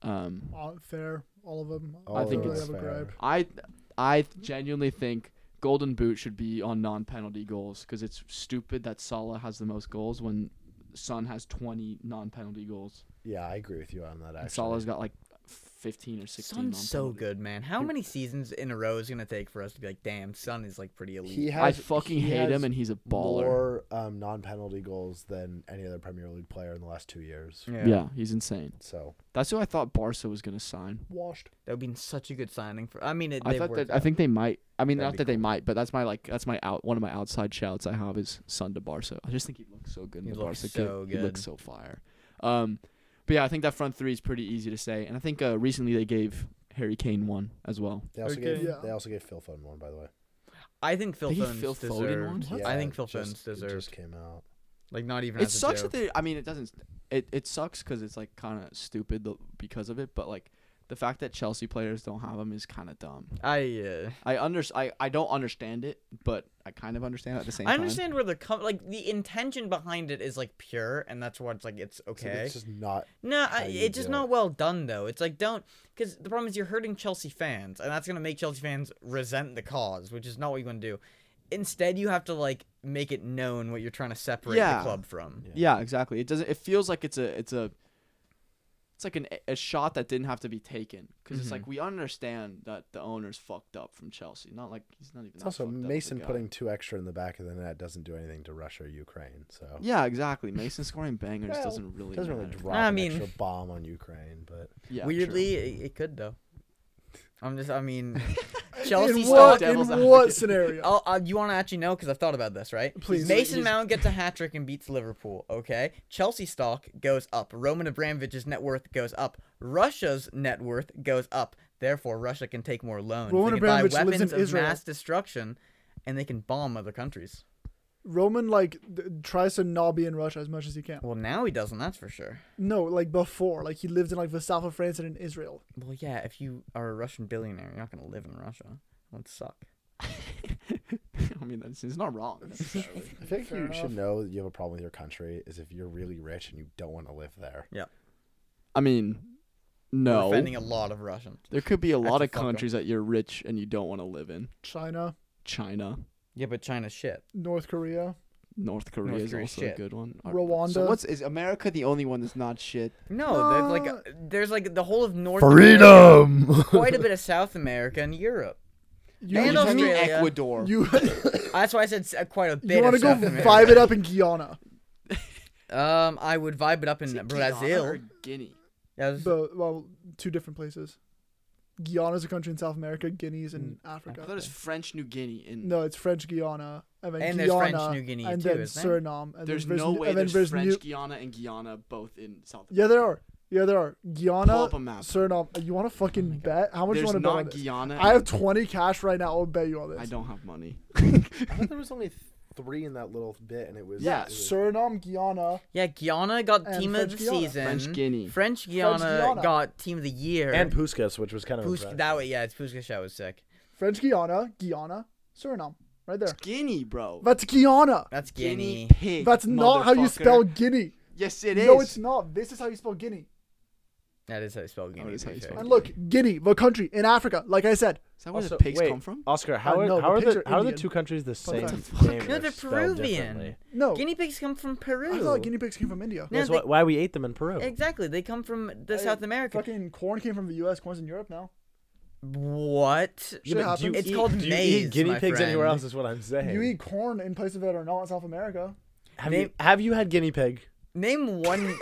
Um, uh, fair, all of them. all I of think them really it's are have a fair. gripe. I I genuinely think Golden Boot should be on non-penalty goals because it's stupid that Salah has the most goals when Son has 20 non-penalty goals. Yeah, I agree with you on that. Actually, And Salah's got like fifteen or sixteen. on Sun's so penalty. good, man. How many seasons in a row is it gonna take for us to be like, damn, Sun is like pretty elite? He has, I fucking he hate has him, and he's a baller. More um, non-penalty goals than any other Premier League player in the last two years. yeah. he's insane. So That's who I thought Barca was gonna sign. washed. that would be such a good signing for. I mean, it, I they've thought worked that I out. think they might. I mean, That'd not be that they might, but that's my like that's my out one of my outside shouts I have is son to Barca. I just think he looks so good in He the looks Barca so kit. He looks good. so fire. Um, but yeah, I think that front three is pretty easy to say, and I think uh, recently they gave Harry Kane one as well. They also Okay. gave Yeah. they also gave Phil Foden one by the way. I think Phil Think he Foden's Phil Foden won? deserved. What? I think Phil it just- Foden's it deserved. Just came out. Like not even. it as a sucks joke. that they. I mean, it doesn't. It it sucks because it's like kind of stupid the, because of it, but like the fact that Chelsea players don't have him is kind of dumb. I. Uh, I under I, I don't understand it, but I kind of understand at the same I time. understand where the com- like the intention behind it is like pure, and that's why it's like it's So okay. It's just not. no, how I, you it's just do not it. well done though. It's like don't because the problem is you're hurting Chelsea fans, and that's gonna make Chelsea fans resent the cause, which is not what you want to do. Instead, you have to like make it known what you're trying to separate Yeah. the club from. Yeah, exactly. It doesn't. It feels like it's a it's a it's like an a shot that didn't have to be taken because it's Mm-hmm. like we understand that the owner's fucked up from Chelsea. Not like he's not even. It's that also fucked up of a Mason guy. putting two extra in the back of the net doesn't do anything to Russia or Ukraine. So Yeah, exactly. Mason scoring bangers Well, doesn't really doesn't really matter. drop I an mean- extra bomb on Ukraine, but Yeah, true. Weirdly, it, it could though. I'm just. I mean, In Chelsea. what, still- in Devil's what advocate. scenario? Oh, uh, you want to actually know because I've thought about this, right? Please. Mason He's- Mount gets a hat trick and beats Liverpool. Okay. Chelsea stock goes up. Roman Abramovich's net worth goes up. Russia's net worth goes up. Therefore, Russia can take more loans. Roman they can buy Abramovich lives weapons in of Israel. mass destruction, and they can bomb other countries. Roman like th- tries to not be in Russia as much as he can. Well, now he doesn't. That's for sure. No, like before, like he lived in like the south of France and in Israel. Well, yeah. If you are a Russian billionaire, you're not gonna live in Russia. That would suck. I mean, that's, it's not wrong. necessarily. I think Fair you enough. should know that you have a problem with your country is if you're really rich and you don't want to live there. I mean, We're no. Offending a lot of Russians. There could be a lot a of fuck 'em. countries that you're rich and you don't want to live in. China, China, Yeah, but China's shit. North Korea. North Korea North is Korea's also a shit. good one. Are- Rwanda. So what's is America the only one that's not shit? No, there's like Uh, there's like the whole of North America, quite a bit of South America and Europe. You, And You you, just mean Australia. Ecuador. you, That's why I said s- uh, quite a bit. you want to of go South America. vibe it up in Guyana, Um, I would vibe it up in Is it Guyana Brazil. or Guinea. Yeah, this- but well, two different places. Guyana's a country in South America. Guinea's in Hmm. I Africa. thought it was French New Guinea. In No, it's French Guiana, and then And there's Guyana, French New Guinea and too, then isn't there? Suriname. And then there's there's no New- way and then there's, there's French New- Guyana and Guyana both in South. Yeah, there are. Yeah, there are. Guyana, up a map. Suriname. You want to fucking bet? How much Oh There's you want to bet on not this? Guyana. I have 20 cash right now. I'll bet you on this. I don't have money. I thought there was only three in that little bit, and it was Yeah, it was- Suriname, Guyana. yeah, Guyana got And team of French the Guiana. season. French Guinea. French Guiana, Guiana. got team of the year. and Puskas, which was kind of Pus- impressive. that way, yeah, it's Puskas that was sick. French Guiana, Guyana, Suriname. Right there. Guinea, bro. That's Guyana. That's Guinea. Guinea pig. That's not how you motherfucker. spell Guinea. Yes, it is. no, it's not. This is how you spell Guinea. That is how you spell Guinea. is how to be you fair. spell And look, Guinea, the country in Africa. Like I said, Is that where Also, the pigs wait, come from? Oscar, Uh, how are, no, the how are pigs the are how are the Indian. two countries the same? Fun fact. name No, but they're spelled Peruvian. differently? no. Guinea pigs come from Peru. Oh. I thought guinea pigs came from India. No, That's they- why, why we ate them in Peru. exactly. They come from the Hey, South America. Fucking corn came from the U.S. Corn's in Europe now. What? Yeah, but Shit do you happens. It's eat- called do you maize, eat guinea my pigs anywhere friend. else? Is what I'm saying. You eat corn in places that are not in South America. have They- you have you had guinea pig? Name one.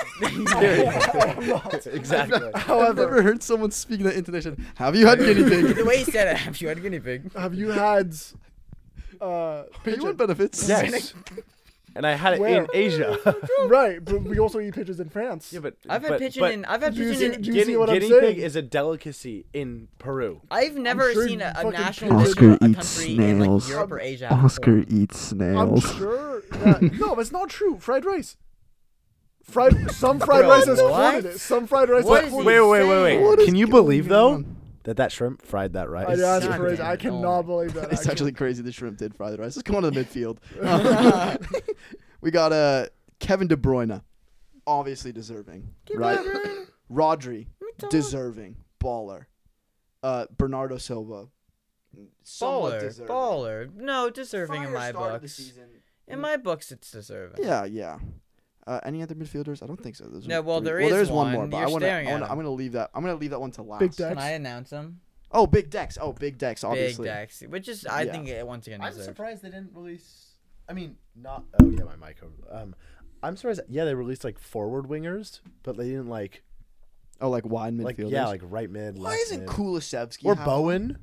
exactly. I've never However, heard someone speak that intonation. Have you had guinea pig? the way he said it, have you had a guinea pig? have you had uh Pay pigeon? benefits? yes. And I had it Where? in Asia. right, but we also eat pigeons in France. yeah, but I've had but, pigeon but in. I've had Do you pigeon see- in do you guinea, see what I'm guinea saying? pig is a delicacy in Peru. I've never sure seen a, a fucking national dish Oscar of eats a country in like snails. Europe or Asia. have Oscar corn. eats I'm snails. sure that no, that's not true. Fried rice. Fried some fried Bro, rice has corn what? in it. Some fried rice What has is corn. he Wait, wait, wait, wait. What is Can you going believe though on? that that shrimp fried that rice? I, that's God crazy. damn I it. cannot Oh my believe that. It's actually crazy the shrimp did fry the rice. Let's come on to the midfield. Um, we got uh, Kevin De Bruyne, obviously deserving, right? Rodri, deserving, baller. Uh, Bernardo Silva, somewhat Baller, deserving. baller. No, deserving in Fire my start of the books. season. In my books, it's deserving. Yeah, yeah. Uh, any other midfielders? I don't think so. Those are No, well, three- there is there's one, more, one. but You're I want to. staring I'm at him. going to leave that. I'm going to leave that one to last. Big Dex. Can I announce him? Oh, Big Dex. Oh, Big Dex. Obviously. Big Dex, which is I Yeah. think it once again I'm deserved. surprised they didn't release. I mean, not. Oh yeah, my mic. over- Um, I'm surprised. Yeah, they released like forward wingers, but they didn't like. Oh, like wide Like midfielders. yeah, like right mid. Why left isn't mid. Kulishevsky or have- Bowen?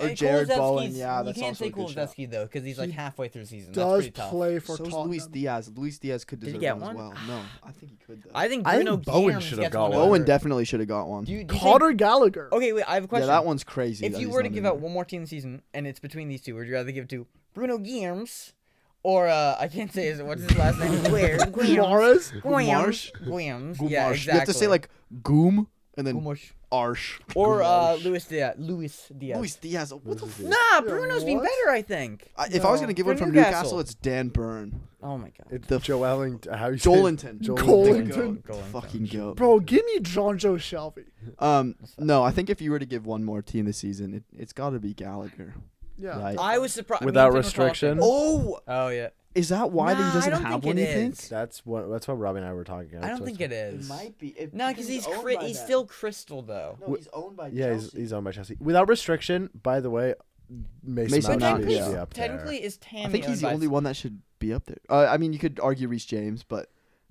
Or Uh, Jared Bowen, Kulusevski's- yeah, that's you can't also say a good shout. Kulusevski though, because he's like halfway through season. That's Does pretty tough. play for So is Tottenham. Luis Diaz. Luis Diaz could Did he deserve get one, one? as well. No, I think he could. Though. I think I think Bruno Bowen Gams should have gets got one one. Bowen over. definitely should have got one. Do you, do you think- Carter Gallagher. okay, wait. I have a yeah, question. that one's crazy. If that you he's were to not in give there. out one more team this season, and it's between these two, would you rather give it to Bruno Guillams or uh, I can't say his what's his last name? Where Morris. Gumarsh? Guillams. Guillams. Gumarsh. Yeah, exactly. You have to say like Goom and then Gumarsh. Arsh. or uh, Gumarsh. Luis Diaz. Luis Diaz. Luis Diaz. What the? F- Nah, Bruno's been what? better, I think. I, if I was No. gonna give For one from Newcastle. Newcastle, it's Dan Byrne, Oh my god. It's The- Joeling. How you say- Jolinton, Joelinton. Joelinton. Go- fucking go. Bro, give me John Joe Shelby. Um, no, I think if you were to give one more team this season, it, it's got to be Gallagher. Yeah. Right. I was surprised. Without restriction? oh, Oh yeah. is that why Nah, that I he doesn't don't have think one? it You is. think? That's what. That's what Robbie and I were talking. About. I don't think it is. be. It, No, because he's cri- he's still crystal though. No, he's owned by Yeah, he's, he's owned by Chelsea without restriction. By the way, Mason, Mason Mount Mount, should be yeah. up there. technically is Tammy. I think he's owned the by- only one that should be up there. Uh, I mean, you could argue Reese James, but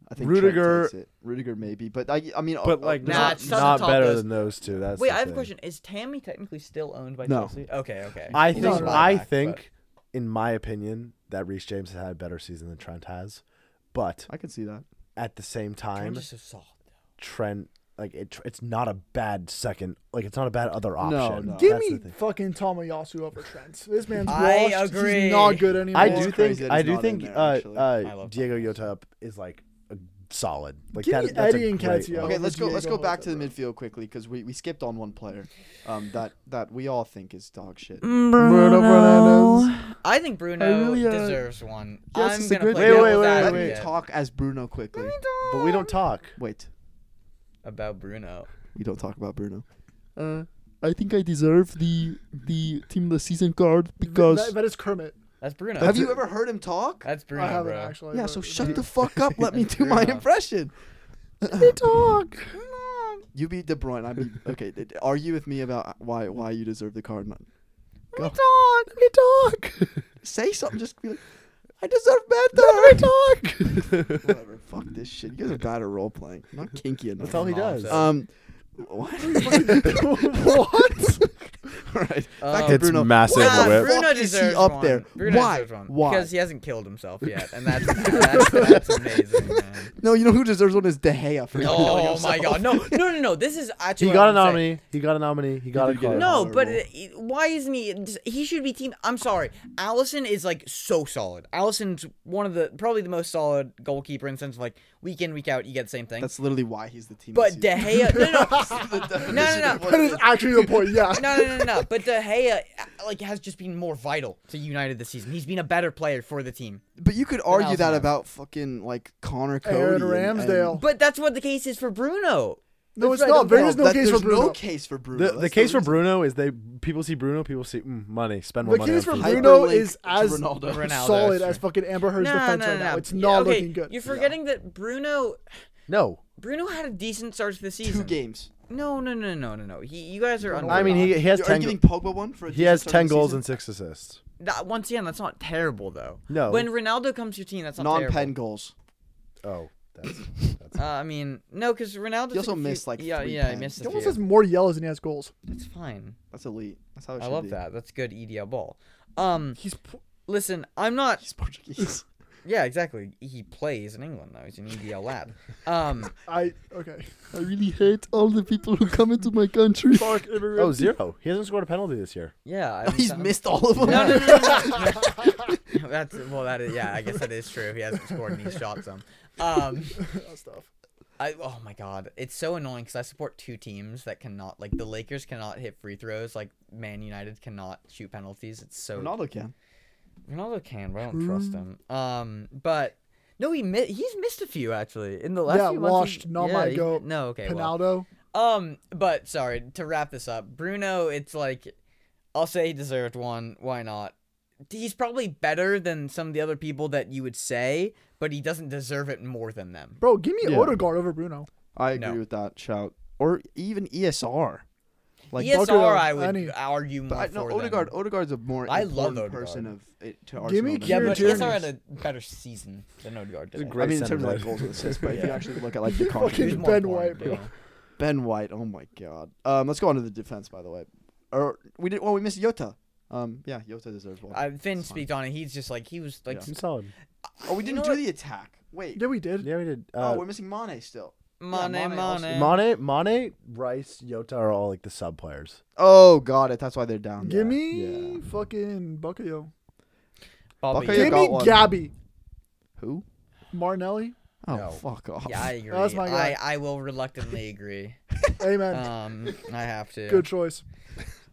I think Trent Rudiger- takes it. Rudiger maybe, but I, I mean, uh, but uh, like Nah, not, it's tough to not top better those. than those two. That's Wait, the I have a thing. question. Is Tammy technically still owned by No. Chelsea? Okay, okay. I He's think on a I buyback, think, but- in my opinion, that Reece James has had a better season than Trent has, but I could see that. at the same time, Trent is so soft. Trent like it, it's not a bad second. Like it's not a bad other option. no. Give That's the me thing. fucking Tomoyasu over Trent. This man's I washed. agree. He's not good anymore. I It's do crazy think that I he's do not in think there, uh, actually. I uh, love Diego Yota is like a solid. Like Give that, me that's Eddie a and great Katio. one. Okay, over let's go. Let's go Diego back to the Jota, midfield quickly because we, we skipped on one player, um, that that we all think is dog shit. Bruno Fernandes. I think Bruno I really, uh, deserves one. Yes, I'm it's a gonna good play deal. Wait, wait, devil's wait, Let advocate me talk as Bruno quickly. But we don't talk. Wait, about Bruno. we don't talk about Bruno. uh, I think I deserve the the team of the season card because That- that is Kermit. That's Bruno. Have you ever heard him talk? That's Bruno, I haven't bro. actually. Yeah, but- so shut the fuck up. Let me That's do my Bruno. impression. talk. You be De Bruyne. I be okay. d- Argue with me about why why you deserve the card. Not, Let me talk. Let me talk. say something. Just be like, I deserve better. Talk. Whatever. Fuck this shit. You guys are bad at role playing. Not kinky enough. That's all he Mom does. said. Um, what? what? All right. Back to Um, Bruno. massive Why Nah, the whip. fuck Bruno is he deserves up one. there? Bruno Why? deserves one. Why? Because he hasn't killed himself yet, and that's that's, that's amazing. Man. No, you know who deserves one is De Gea for not killing Oh my himself. god! No, no, no, no! This is actually He what got I a wanna say. nominee. He got a nominee. He got a did get card. it. No, but honorable. uh, why isn't he? He should be team. I'm sorry. Allison is like so solid. Allison's one of the probably the most solid goalkeeper in the sense of like week in week out you get the same thing. That's literally why he's the team. but of De the Gea, no, season. no, The definition no, no. of what That it is actually the point. Yeah. no, no, no, no. But De Gea uh, like has just been more vital to United this season. He's been a better player for the team. But you could argue Al's that not. about fucking like Connor Cody. Aaron and- and- Ramsdale. But that's what the case is for Bruno. No, That's it's right, not. There is that- no case for there's Bruno. no case for Bruno. The, That's the case for reason. Bruno is they people see Bruno, people see mm, money. Spend more The money. case on for FIFA. Hyperlink Bruno is to as Ronaldo. Ronaldo, solid sure. as fucking Amber Heard's defense right now. It's Yeah, not okay, looking good. You're forgetting that Bruno no. Bruno had a decent start to the season. two games. No, no, no, no, no, no. He, you guys are. I mean, he, he has Are you ten. giving Pogba one for? a He has decent start ten of the goals season? and six assists. That once again, that's not terrible though. No. When Ronaldo comes to your team, that's not non-pen terrible. goals. Oh, that's Uh, I mean, no, because Ronaldo. He also took a few- missed, like, yeah, three yeah, pens. he missed He a few. almost has more yellows than he has goals. It's fine. That's elite. That's how it I should love be. that. That's good EDL ball. Um, He's p- listen, I'm not. He's Portuguese. Yeah, exactly. He plays in England though. He's an EDL lad. Um, I okay. I really hate all the people who come into my country. Fuck immigrant. oh zero. He hasn't scored a penalty this year. yeah. I He's understand. missed all of them. No, no, no, no, no. That's well, that is yeah. I guess that is true. He hasn't scored and he's shot some. Um, That's tough. I oh my god, it's so annoying because I support two teams that cannot like the Lakers cannot hit free throws, like Man United cannot shoot penalties. It's so Ronaldo can. Ronaldo can, but I don't trust him. Um, but no, he mi- he's missed a few actually in the last. Yeah, few months, washed, he's- not yeah, my he's- goat, No, okay, well. Pinaldo. Um, but sorry to wrap this up, Bruno. It's like I'll say he deserved one. Why not? he's probably better than some of the other people that you would say, but he doesn't deserve it more than them. Bro, give me Yeah. Odegaard over Bruno. I agree No. with that shout. Or even E ESR. Like ESR, Odegaard, I would any- argue more but I, for no, than- Odegaard. Odegaard's a more I love important person of it to Arsenal. Give me than Yeah, Kieran but Giroud. Tierney. ESR had a better season than Odegaard did. I great mean, in terms of like sentiment. goals and assists, but if you Yeah. actually look at like the You fucking contribution, He's more Ben important, White, bro. Ben White. Oh my god. Um, let's go on to the defense, by the way. Or we did. Well, we missed Yota. Um, yeah, Yota deserves one. I, Uh, Finn It's fine. speaked on it. He's just like he was like. Yeah. I'm solid. oh, we You didn't know do what? the attack. Wait. Yeah, we did. Yeah, we did. oh, Uh, we're missing Mane still. Mane, Mane also- Mane. Mane, Mane, Rice, Yota are all like the sub players. Oh god, it. That's why they're down. Give Yeah. me Yeah. fucking Buckayo. Bobby. Bukayo Give got me one. Gabby. Who? Martinelli. Oh No. fuck off. Yeah, I agree. That's my guy. I, I will reluctantly agree. Amen. Um, I have to. Good choice.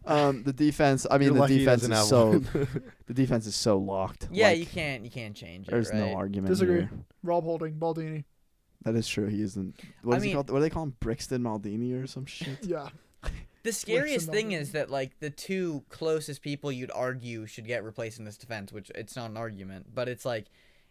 Um, the defense. I mean, You're the lucky he defense doesn't is have so. one. the defense is so locked. Yeah, Like, you can't. You can't change it. There's right? no argument. Disagree. here. Rob Holding, Baldini. That is true. He isn't. What I is he mean- called? What do they call him? Brixton Maldini or some shit. Yeah. The scariest thing another- is that like the two closest people you'd argue should get replaced in this defense, which it's not an argument, but it's like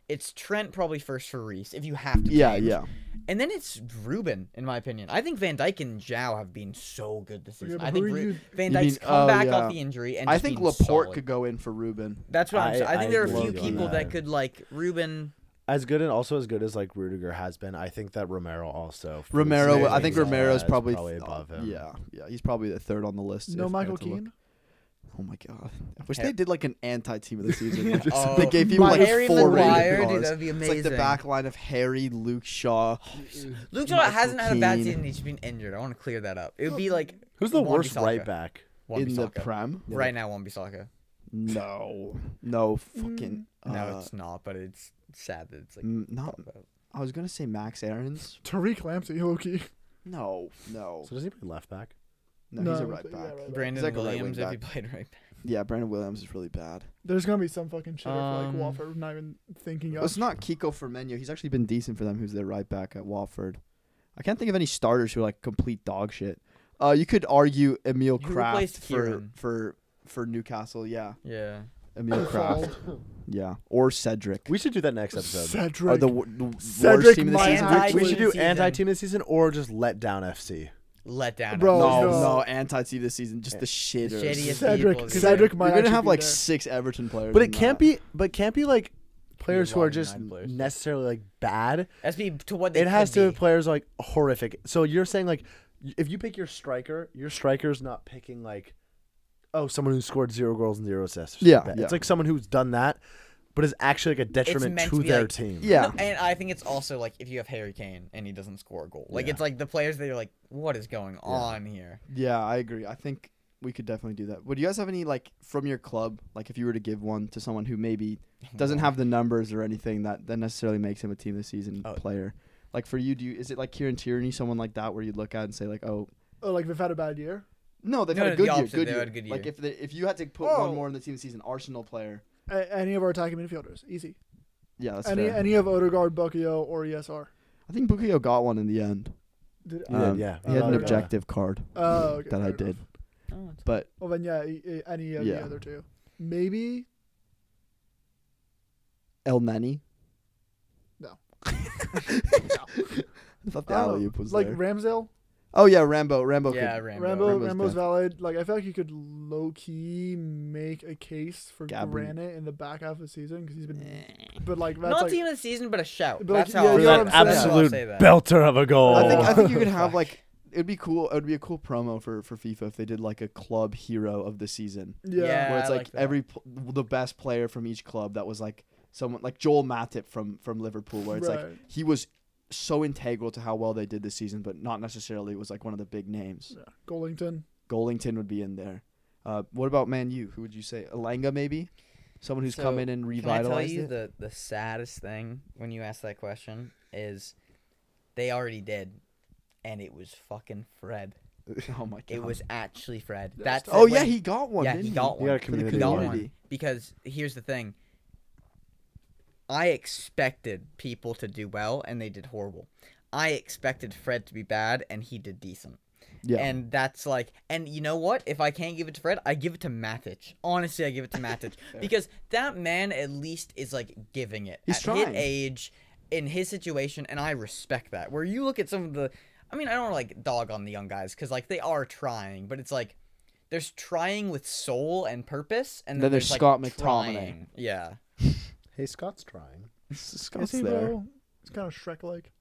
it's Trent probably first for Reese if you have to. yeah, change. yeah. And then it's Ruben, in my opinion. I think Van Dyke and Zhao have been so good this Yeah, season. but I who think are Ru- you- Van You Dyke's mean- come oh, back yeah. off the injury and I just think been Laporte solid. could go in for Ruben. That's what I, am I- saying. I think I there are a love few that. people that could like Ruben. As good and also as good as like Rudiger has been, I think that Romero also. for Romero, Spain I think is, uh, Romero's is probably, above him. Yeah, yeah, he's probably the third on the list. No if I Michael had to look. Keane. Oh my god, I wish Har- they did like an anti-team of the season. Like, Oh, they gave people like Harry four Maguire, rated dude, Rs. that'd be It's amazing. Oh, like the back line of Harry, Luke Shaw. Luke Shaw hasn't had a bad Keane. season. He's been injured. I want to clear that up. It would be like Who's the Wan-Bissaka. worst right back? in the Wan-Bissaka. prem. right now, Wan Bissaka. No, no fucking. Mm. No, uh, it's not, but it's sad that it's like. mm, not. thought about. I was gonna say Max Aaron's. Tariq Lamptey, Loki. No, no, So does he play left back? no. No, he's a yeah, right back. right back. Brandon He's like a right Williams wing if he played right back. Yeah, Brandon Williams is really bad. There's gonna be some fucking shit Um, for like Wofford. I'm not even thinking of. It's not Kiko Firmino. He's actually been decent for them. Who's their right back at Watford? I can't think of any starters who are like complete dog shit. Uh, you could argue Emil Who Kraft replaced for Kieran? for for Newcastle. Yeah, Yeah. Emil Kraft. Yeah, or Cedric. We should do that next episode. Cedric. Are the, w- the worst Cedric team of the might season. actually- We should do Season. anti team this season or just let down FC. Let down. Bro, No, no. no, anti team this season. Just the shitters. shittiest Cedric. people, dude. Cedric might You're gonna actually have be like there. six Everton players. But it in can't that. be but can't be like players who long are just nine players. necessarily like bad. SB to what they It has could to be. be players like horrific. So you're saying like y- if you pick your striker, your striker's not picking like oh someone who scored zero goals and zero assists. Yeah, That- yeah. It's like someone who's done that but is actually like a detriment meant to, to be, their like- team. Yeah. No, and I think it's also like if you have Harry Kane and he doesn't score a goal, like it's like the players that are like, what is going on here? Yeah, I agree. I think we could definitely do that. Would you guys have any like from your club, like if you were to give one to someone who maybe doesn't have the numbers or anything that that necessarily makes him a team of the season Oh. player? Like for you, do you, is it like Kieran Tierney, someone like that, where you look at and say like, oh, Oh, like they've had a bad year. no, they've No, had no, a the good year, opposite, good they year. had a good Like year. if they, if you had to put Oh. one more in the team of the season, Arsenal player, A- any of our attacking midfielders, easy. yeah, that's any fair. any of Odegaard, Buckayo, or ESR. I think Bukayo got one in the end. Did, You did, Um, yeah. He had Oh, an yeah. objective card oh, okay, that I fair did, enough. Oh, it's- but Well, then yeah, e- e- any of Yeah. the other two. Maybe El Nani. No. I thought the I don't know, alley oop was like there. Ramsdale, Oh yeah, Rambo. Rambo. could- yeah, Rambo. Rambo, Rambo's Rambo's dead. valid. Like I feel like you could low key make a case for Gabby. Granite in the back half of the season because he's been, Eh. but like that's Not like team of the season, but a shout. But, like, that's how yeah, I'll you say know that. what I'm That's how I'll Absolute say that. belter of a goal. I think I think you Oh. could have Fuck. like it'd be cool. It'd be a cool promo for for FIFA if they did like a club hero of the season, yeah. Yeah. where it's I like, like that. every pl- the best player from each club that was like someone like Joel Matip from from Liverpool, where it's like Right. he was so integral to how well they did this season, but not necessarily was like one of the big names. yeah. Golington. Golington would be in there. Uh, what about Man U? Who would you say? Alanga maybe, someone who's come So, in and Can I tell revitalized you it. the the saddest thing when you ask that question is they already did, and it was fucking Fred. oh my god! It was actually Fred. That's Oh when- yeah, he got one. yeah didn't he got He one. got a For the community He got community. one. one because here's the thing. I expected people to do well and they did horrible. I expected Fred to be bad and he did decent. Yeah. And that's like, and you know what? If I can't give it to Fred, I give it to Matic. Honestly, I give it to Matic because that man at least is like giving it He's at trying. his age, in his situation, and I respect that. Where you look at some of the, I mean, I don't wanna, like dog on the young guys because like they are trying, but it's like there's trying with soul and purpose, and then, Then there's like, Scott McTominay. trying. Yeah. Hey, Scott's trying. S- Is Scott's he there. though? It's kind of Shrek like.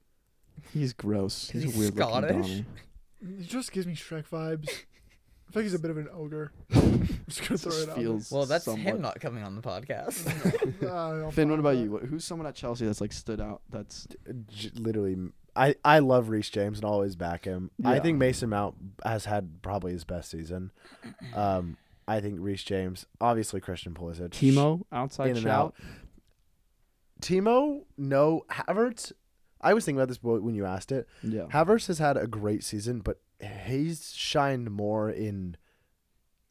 He's gross. He's, He's a weird Scottish? looking Donnie. He just gives me Shrek vibes. I think he's a bit of an ogre. I'm just gonna This throw just it out. feels Well, that's somewhat- him not coming on the podcast. there. Uh, I'll Finn, what find about that. you? What- Who's someone at Chelsea that's like stood out? That's J- literally, I, I love Reese James and always back him. I Yeah. think Mason Mount has had probably his best season. Um, I think Reese James, obviously Christian Pulisic, Timo in outside and shout. out. Timo, no Havertz. I was thinking about this boy when you asked it. Yeah, Havertz has had a great season, but he's shined more in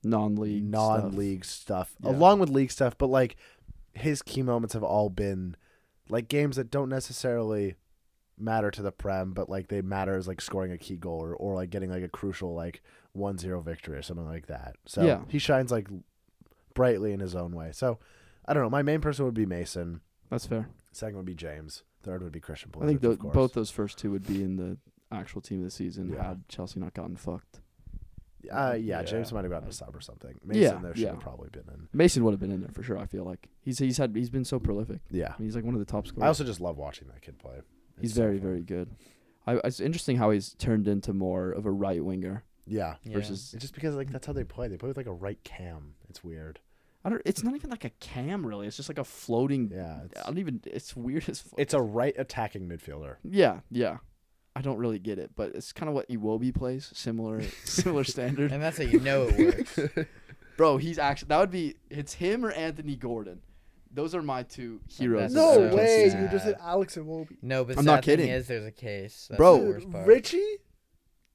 non-league, stuff. non-league stuff, Yeah. along with league stuff. But like his key moments have all been like games that don't necessarily matter to the prem, but like they matter as like scoring a key goal or, or like getting like a crucial like 1-0 victory or something like that. So Yeah. he shines like brightly in his own way. So I don't know. My main person would be Mason. That's fair. Second would be James. Third would be Christian Pulisic. I think tho- of course. both those first two would be in the actual team of the season Yeah. had Chelsea not gotten fucked. Uh, yeah, Yeah. James might have gotten a sub or something. Mason Yeah, there should have yeah. probably been in. Mason would have been in there for sure. I feel like he's he's had he's been so prolific. Yeah. I mean, he's like one of the top scorers. I also just love watching that kid play. he's It's so very fun. very good. I, it's interesting how he's turned into more of a right winger Yeah. Yeah. versus It's just because like that's how they play. They play with like a right cam. It's weird. I don't. It's not even like a cam really. It's just like a floating. Yeah, it's, I don't even. It's weird as. Fu- it's a right attacking midfielder. yeah yeah. I don't really get it, but it's kind of what Iwobi plays. Similar similar standard. and that's how you know it works. Bro, he's actually that would be it's him or Anthony Gordon. Those are my two heroes. That's No of so way! Chelsea's- You just said sad. Alex and Wobie. No, but I'm not sad thing kidding. Is there's a case, That's Bro. The Dude, worst part. Richie,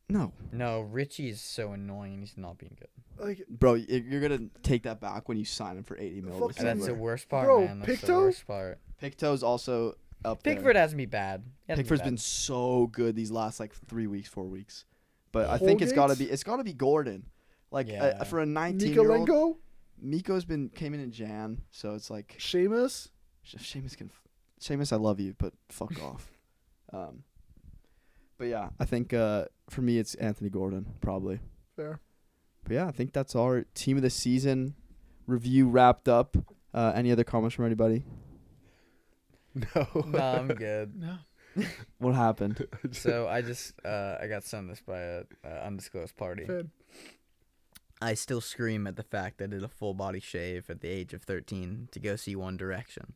No, No, Richie is so annoying. He's not being good. like bro, y- you're gonna take that back when you sign him for 80 mil. Fuck this yeah. That's summer. the worst part, Bro, man. That's the Picto? worst part. Picto's also up there. Pickford hasn't been bad. He hasn't Pickford's been. been bad. so good these last like three weeks, four weeks. But I think it's gotta Holgate? be it's gotta be Gordon. Like uh, Yeah. for a 19 year old, Nikolenko, Miko's been came in in Jan, so it's like Seamus. Sh- Seamus can, f- Seamus, I love you, but fuck off. Um, but yeah, I think uh, for me it's Anthony Gordon probably. Fair. But yeah, I think that's our team of the season review wrapped up. Uh, any other comments from anybody? No. no, I'm good. No. What happened? So I just uh, I got sent this by a uh, undisclosed party. Finn. I still scream at the fact I did a full body shave at the age of 13 to go see One Direction,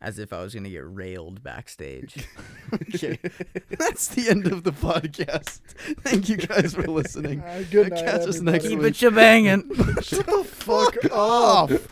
as if I was gonna get railed backstage. Okay. that's the end of the podcast. Thank you guys for listening. Uh, good night. Catch us next everybody. week. Keep it shebangin'. Shut the fuck up.